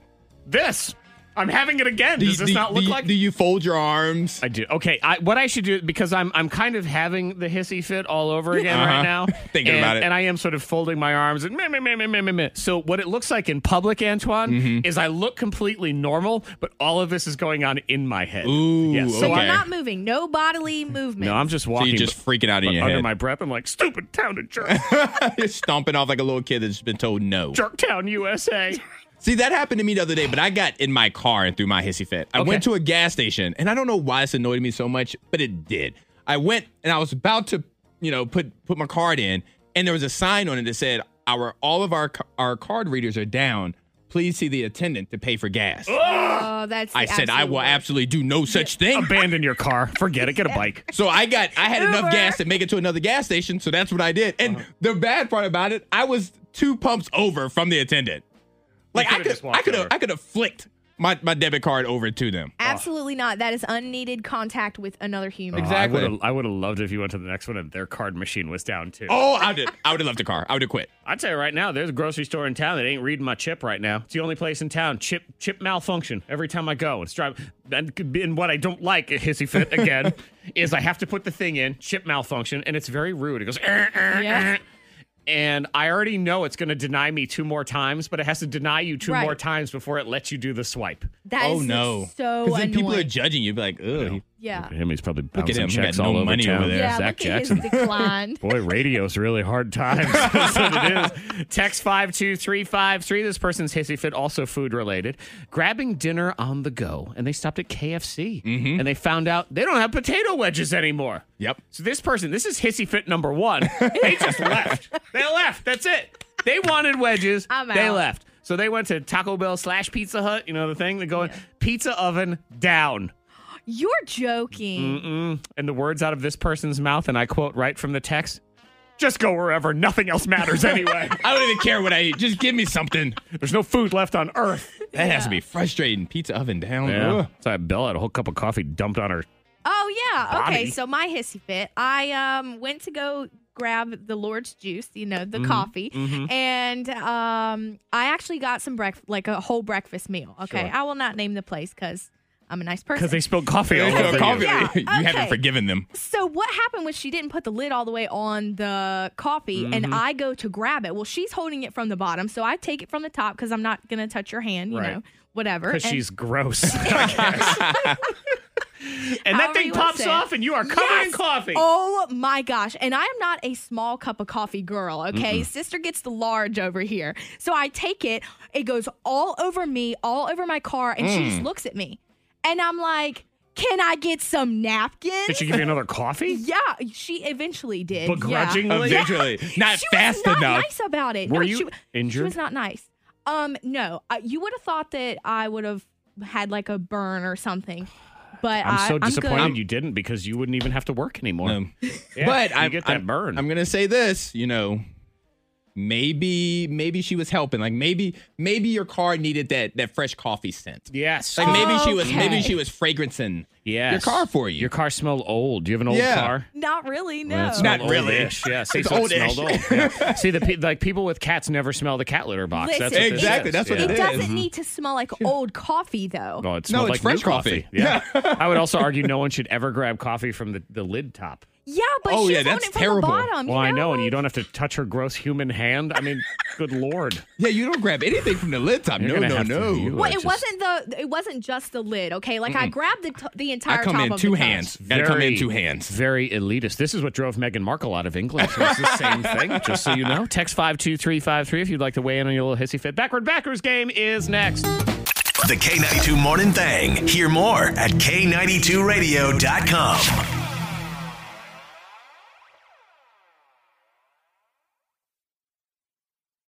[SPEAKER 1] This. I'm having it again.
[SPEAKER 4] Do you-
[SPEAKER 1] Does this
[SPEAKER 4] do you-
[SPEAKER 1] not look
[SPEAKER 4] do you-
[SPEAKER 1] like?
[SPEAKER 4] Do you fold your arms?
[SPEAKER 1] I do. Okay. I, what I should do because I'm I'm kind of having the hissy fit all over again right
[SPEAKER 4] Uh-huh.
[SPEAKER 1] now.
[SPEAKER 4] Thinking
[SPEAKER 1] and,
[SPEAKER 4] about it.
[SPEAKER 1] and I am sort of folding my arms and meh, meh, meh, meh, meh, meh, meh. So what it looks like in public, Antoine,
[SPEAKER 4] Mm-hmm.
[SPEAKER 1] is I look completely normal, but all of this is going on in my head.
[SPEAKER 4] Ooh,
[SPEAKER 1] Yes.
[SPEAKER 7] So
[SPEAKER 1] So
[SPEAKER 4] okay.
[SPEAKER 1] I,
[SPEAKER 7] you're not moving. No bodily movement.
[SPEAKER 1] no, I'm just
[SPEAKER 4] So
[SPEAKER 1] walking.
[SPEAKER 4] you're just
[SPEAKER 1] but-
[SPEAKER 4] freaking out in
[SPEAKER 1] but
[SPEAKER 4] your
[SPEAKER 1] under
[SPEAKER 4] head.
[SPEAKER 1] my breath, I'm like stupid town of jerk,
[SPEAKER 4] you're stomping off like a little kid that's been told no.
[SPEAKER 1] jerk town, USA.
[SPEAKER 4] See, that happened to me the other day, but I got in my car and threw my hissy fit. I
[SPEAKER 1] Okay.
[SPEAKER 4] went to a gas station, and I don't know why this annoyed me so much, but it did. I went and I was about to, you know, put put my card in, and there was a sign on it that said, "Our all of our ca- our card readers are down. Please see the attendant to pay for gas."
[SPEAKER 7] Oh, that's. the
[SPEAKER 4] I said, "I
[SPEAKER 7] absolute
[SPEAKER 4] will
[SPEAKER 7] worst.
[SPEAKER 4] absolutely do no such thing."
[SPEAKER 1] Abandon your car. Forget it. Get a bike.
[SPEAKER 4] So I got I had enough
[SPEAKER 7] Uber.
[SPEAKER 4] gas to make it to another gas station, so that's what I did. And
[SPEAKER 1] Uh-huh.
[SPEAKER 4] the bad part about it, I was two pumps over from the attendant. Like
[SPEAKER 1] coulda
[SPEAKER 4] I could
[SPEAKER 1] just walked
[SPEAKER 4] I could have
[SPEAKER 1] over.
[SPEAKER 4] I could have flicked my, my debit card over to them.
[SPEAKER 7] Absolutely not. That is unneeded contact with another human.
[SPEAKER 4] Exactly.
[SPEAKER 1] Oh, I would've- I would have loved it if you went to the next one and their card machine was down too.
[SPEAKER 4] Oh, I did. I would have left the car. I would have quit.
[SPEAKER 1] I tell you right now, there's a grocery store in town that ain't reading my chip right now. It's the only place in town. Chip chip malfunction every time I go. It's drive and, and what I don't like at hissy fit again is I have to put the thing in chip malfunction and it's very rude. It goes. "Eh, eh,
[SPEAKER 7] Yeah.
[SPEAKER 1] eh." And I already know it's going to deny me two more times, but it has to deny you two
[SPEAKER 7] Right.
[SPEAKER 1] more times before it lets you do the swipe.
[SPEAKER 7] That
[SPEAKER 4] oh
[SPEAKER 7] is
[SPEAKER 4] no.
[SPEAKER 7] So
[SPEAKER 4] 'Cause then
[SPEAKER 7] annoying.
[SPEAKER 4] people are judging you be like, "Ugh."
[SPEAKER 7] yeah.
[SPEAKER 1] Him, he's probably
[SPEAKER 4] at
[SPEAKER 1] bouncing
[SPEAKER 4] him, he got
[SPEAKER 1] checks
[SPEAKER 4] no
[SPEAKER 1] all over
[SPEAKER 4] money
[SPEAKER 1] town.
[SPEAKER 4] over there.
[SPEAKER 7] Ah. Yeah.
[SPEAKER 1] Zach
[SPEAKER 7] look at his
[SPEAKER 1] Jackson.
[SPEAKER 7] decline.
[SPEAKER 1] Boy, radio's really hard times. That's what it is. Text 52353. This person's hissy fit, also food related. Grabbing dinner on the go, and they stopped at KFC. And they found out they don't have potato wedges anymore.
[SPEAKER 4] Yep.
[SPEAKER 1] So this person, this is hissy fit number one. They just left. They left. That's it. They wanted wedges.
[SPEAKER 7] I'm
[SPEAKER 1] They
[SPEAKER 7] out.
[SPEAKER 1] left. So they went to Taco Bell slash Pizza Hut, you know the thing. They go in pizza oven down.
[SPEAKER 7] You're joking.
[SPEAKER 1] And the words out of this person's mouth, and I quote right from the text: "Just go wherever. Nothing else matters anyway."
[SPEAKER 4] I don't even care what I eat. Just give me something.
[SPEAKER 1] There's no food left on Earth.
[SPEAKER 4] That has to be frustrating. Pizza oven down. Ugh.
[SPEAKER 1] So Bella had a whole cup of coffee dumped on her.
[SPEAKER 7] Oh yeah. Okay.
[SPEAKER 1] Bobby.
[SPEAKER 7] So my hissy fit. I um went to go grab the Lord's juice, you know,
[SPEAKER 1] Mm-hmm.
[SPEAKER 7] the coffee, and um I actually got some breakfast, like a whole breakfast meal. Okay. I will not name the place because I'm a nice person.
[SPEAKER 1] Because they spilled coffee all over
[SPEAKER 4] Coffee.
[SPEAKER 1] you.
[SPEAKER 7] Yeah,
[SPEAKER 4] you haven't
[SPEAKER 7] okay.
[SPEAKER 4] forgiven them.
[SPEAKER 7] So what happened was she didn't put the lid all the way on the coffee,
[SPEAKER 1] Mm-hmm.
[SPEAKER 7] and I go to grab it. Well, she's holding it from the bottom, so I take it from the top because I'm not gonna touch your hand, you
[SPEAKER 1] Right.
[SPEAKER 7] know, whatever.
[SPEAKER 1] Because
[SPEAKER 7] And-
[SPEAKER 1] she's gross. I guess. and that
[SPEAKER 7] However
[SPEAKER 1] thing
[SPEAKER 7] you wanna
[SPEAKER 1] pops
[SPEAKER 7] say it.
[SPEAKER 1] off, and you are covered in
[SPEAKER 7] Yes!
[SPEAKER 1] coffee.
[SPEAKER 7] Oh my gosh. And I am not a small cup of coffee girl, okay? Sister gets the large over here. So I take it, it goes all over me, all over my car, and she
[SPEAKER 1] Mm.
[SPEAKER 7] just looks at me. And I'm like, can I get some napkins?
[SPEAKER 1] Did she give you another coffee?
[SPEAKER 7] yeah, she eventually did. yeah.
[SPEAKER 1] Begrudgingly?
[SPEAKER 4] Eventually. Not
[SPEAKER 7] she
[SPEAKER 4] fast
[SPEAKER 7] was not
[SPEAKER 4] enough.
[SPEAKER 7] nice about it.
[SPEAKER 1] Were
[SPEAKER 7] no,
[SPEAKER 1] you
[SPEAKER 7] she, She
[SPEAKER 1] injured?
[SPEAKER 7] was not nice. Um, no, uh, you would have thought that I would have had like a burn or something. But
[SPEAKER 1] I'm
[SPEAKER 7] I,
[SPEAKER 1] so
[SPEAKER 7] I'm
[SPEAKER 1] disappointed
[SPEAKER 7] good.
[SPEAKER 1] you didn't because you wouldn't even have to work anymore. Yeah,
[SPEAKER 4] but
[SPEAKER 1] you
[SPEAKER 4] I
[SPEAKER 1] get that
[SPEAKER 4] I'm,
[SPEAKER 1] burn.
[SPEAKER 4] I'm gonna say this, you know, maybe maybe she was helping. Like maybe maybe your car needed that that fresh coffee scent.
[SPEAKER 1] Yes.
[SPEAKER 4] Like maybe she was maybe
[SPEAKER 7] Okay.
[SPEAKER 4] she was fragrancing
[SPEAKER 1] Yes.
[SPEAKER 4] your car for you.
[SPEAKER 1] Your car smelled old. Do you have an old
[SPEAKER 4] Yeah.
[SPEAKER 1] car?
[SPEAKER 7] Not really. No.
[SPEAKER 1] Well, it smelled
[SPEAKER 4] Not really.
[SPEAKER 1] old-ish. Yeah. See,
[SPEAKER 4] It's
[SPEAKER 1] so it smelled old.
[SPEAKER 4] old-ish.
[SPEAKER 1] Yeah. See, the pe- like people with cats never smell the cat litter box. that's what
[SPEAKER 7] Listen,
[SPEAKER 1] this
[SPEAKER 4] Exactly,
[SPEAKER 1] is.
[SPEAKER 4] that's what
[SPEAKER 1] yeah.
[SPEAKER 7] it
[SPEAKER 4] is.
[SPEAKER 7] doesn't need to smell like old coffee though.
[SPEAKER 1] No, it
[SPEAKER 4] No,
[SPEAKER 1] smells
[SPEAKER 4] it's
[SPEAKER 1] like
[SPEAKER 4] fresh
[SPEAKER 1] new coffee.
[SPEAKER 4] coffee.
[SPEAKER 1] Yeah. I would also argue no one should ever grab coffee from the, the lid top.
[SPEAKER 7] Yeah, but
[SPEAKER 4] Oh,
[SPEAKER 7] she's
[SPEAKER 4] yeah,
[SPEAKER 7] on
[SPEAKER 4] that's
[SPEAKER 7] it from
[SPEAKER 4] terrible.
[SPEAKER 7] the bottom.
[SPEAKER 1] Well,
[SPEAKER 7] you
[SPEAKER 1] I
[SPEAKER 7] know?
[SPEAKER 1] know, and you don't have to touch her gross human hand. I mean, good lord.
[SPEAKER 4] Yeah, you don't grab anything from the lid top.
[SPEAKER 1] You're
[SPEAKER 4] no,
[SPEAKER 1] gonna
[SPEAKER 4] no,
[SPEAKER 1] have to-
[SPEAKER 4] no.
[SPEAKER 1] you-
[SPEAKER 7] Well, it
[SPEAKER 1] Just-
[SPEAKER 7] wasn't the. It wasn't just the lid. Okay, like I grabbed the t- the entire.
[SPEAKER 4] I come
[SPEAKER 7] top
[SPEAKER 4] in
[SPEAKER 7] of
[SPEAKER 4] two
[SPEAKER 7] the cup.
[SPEAKER 4] hands. Gotta come in two hands.
[SPEAKER 1] Very elitist. This is what drove Meghan Markle out of England. So it's the same thing, just so you know. Text 52353 if you'd like to weigh in on your little hissy fit. Backward Backers game is next.
[SPEAKER 12] The K92 Morning Thing. Hear more at K92Radio.com.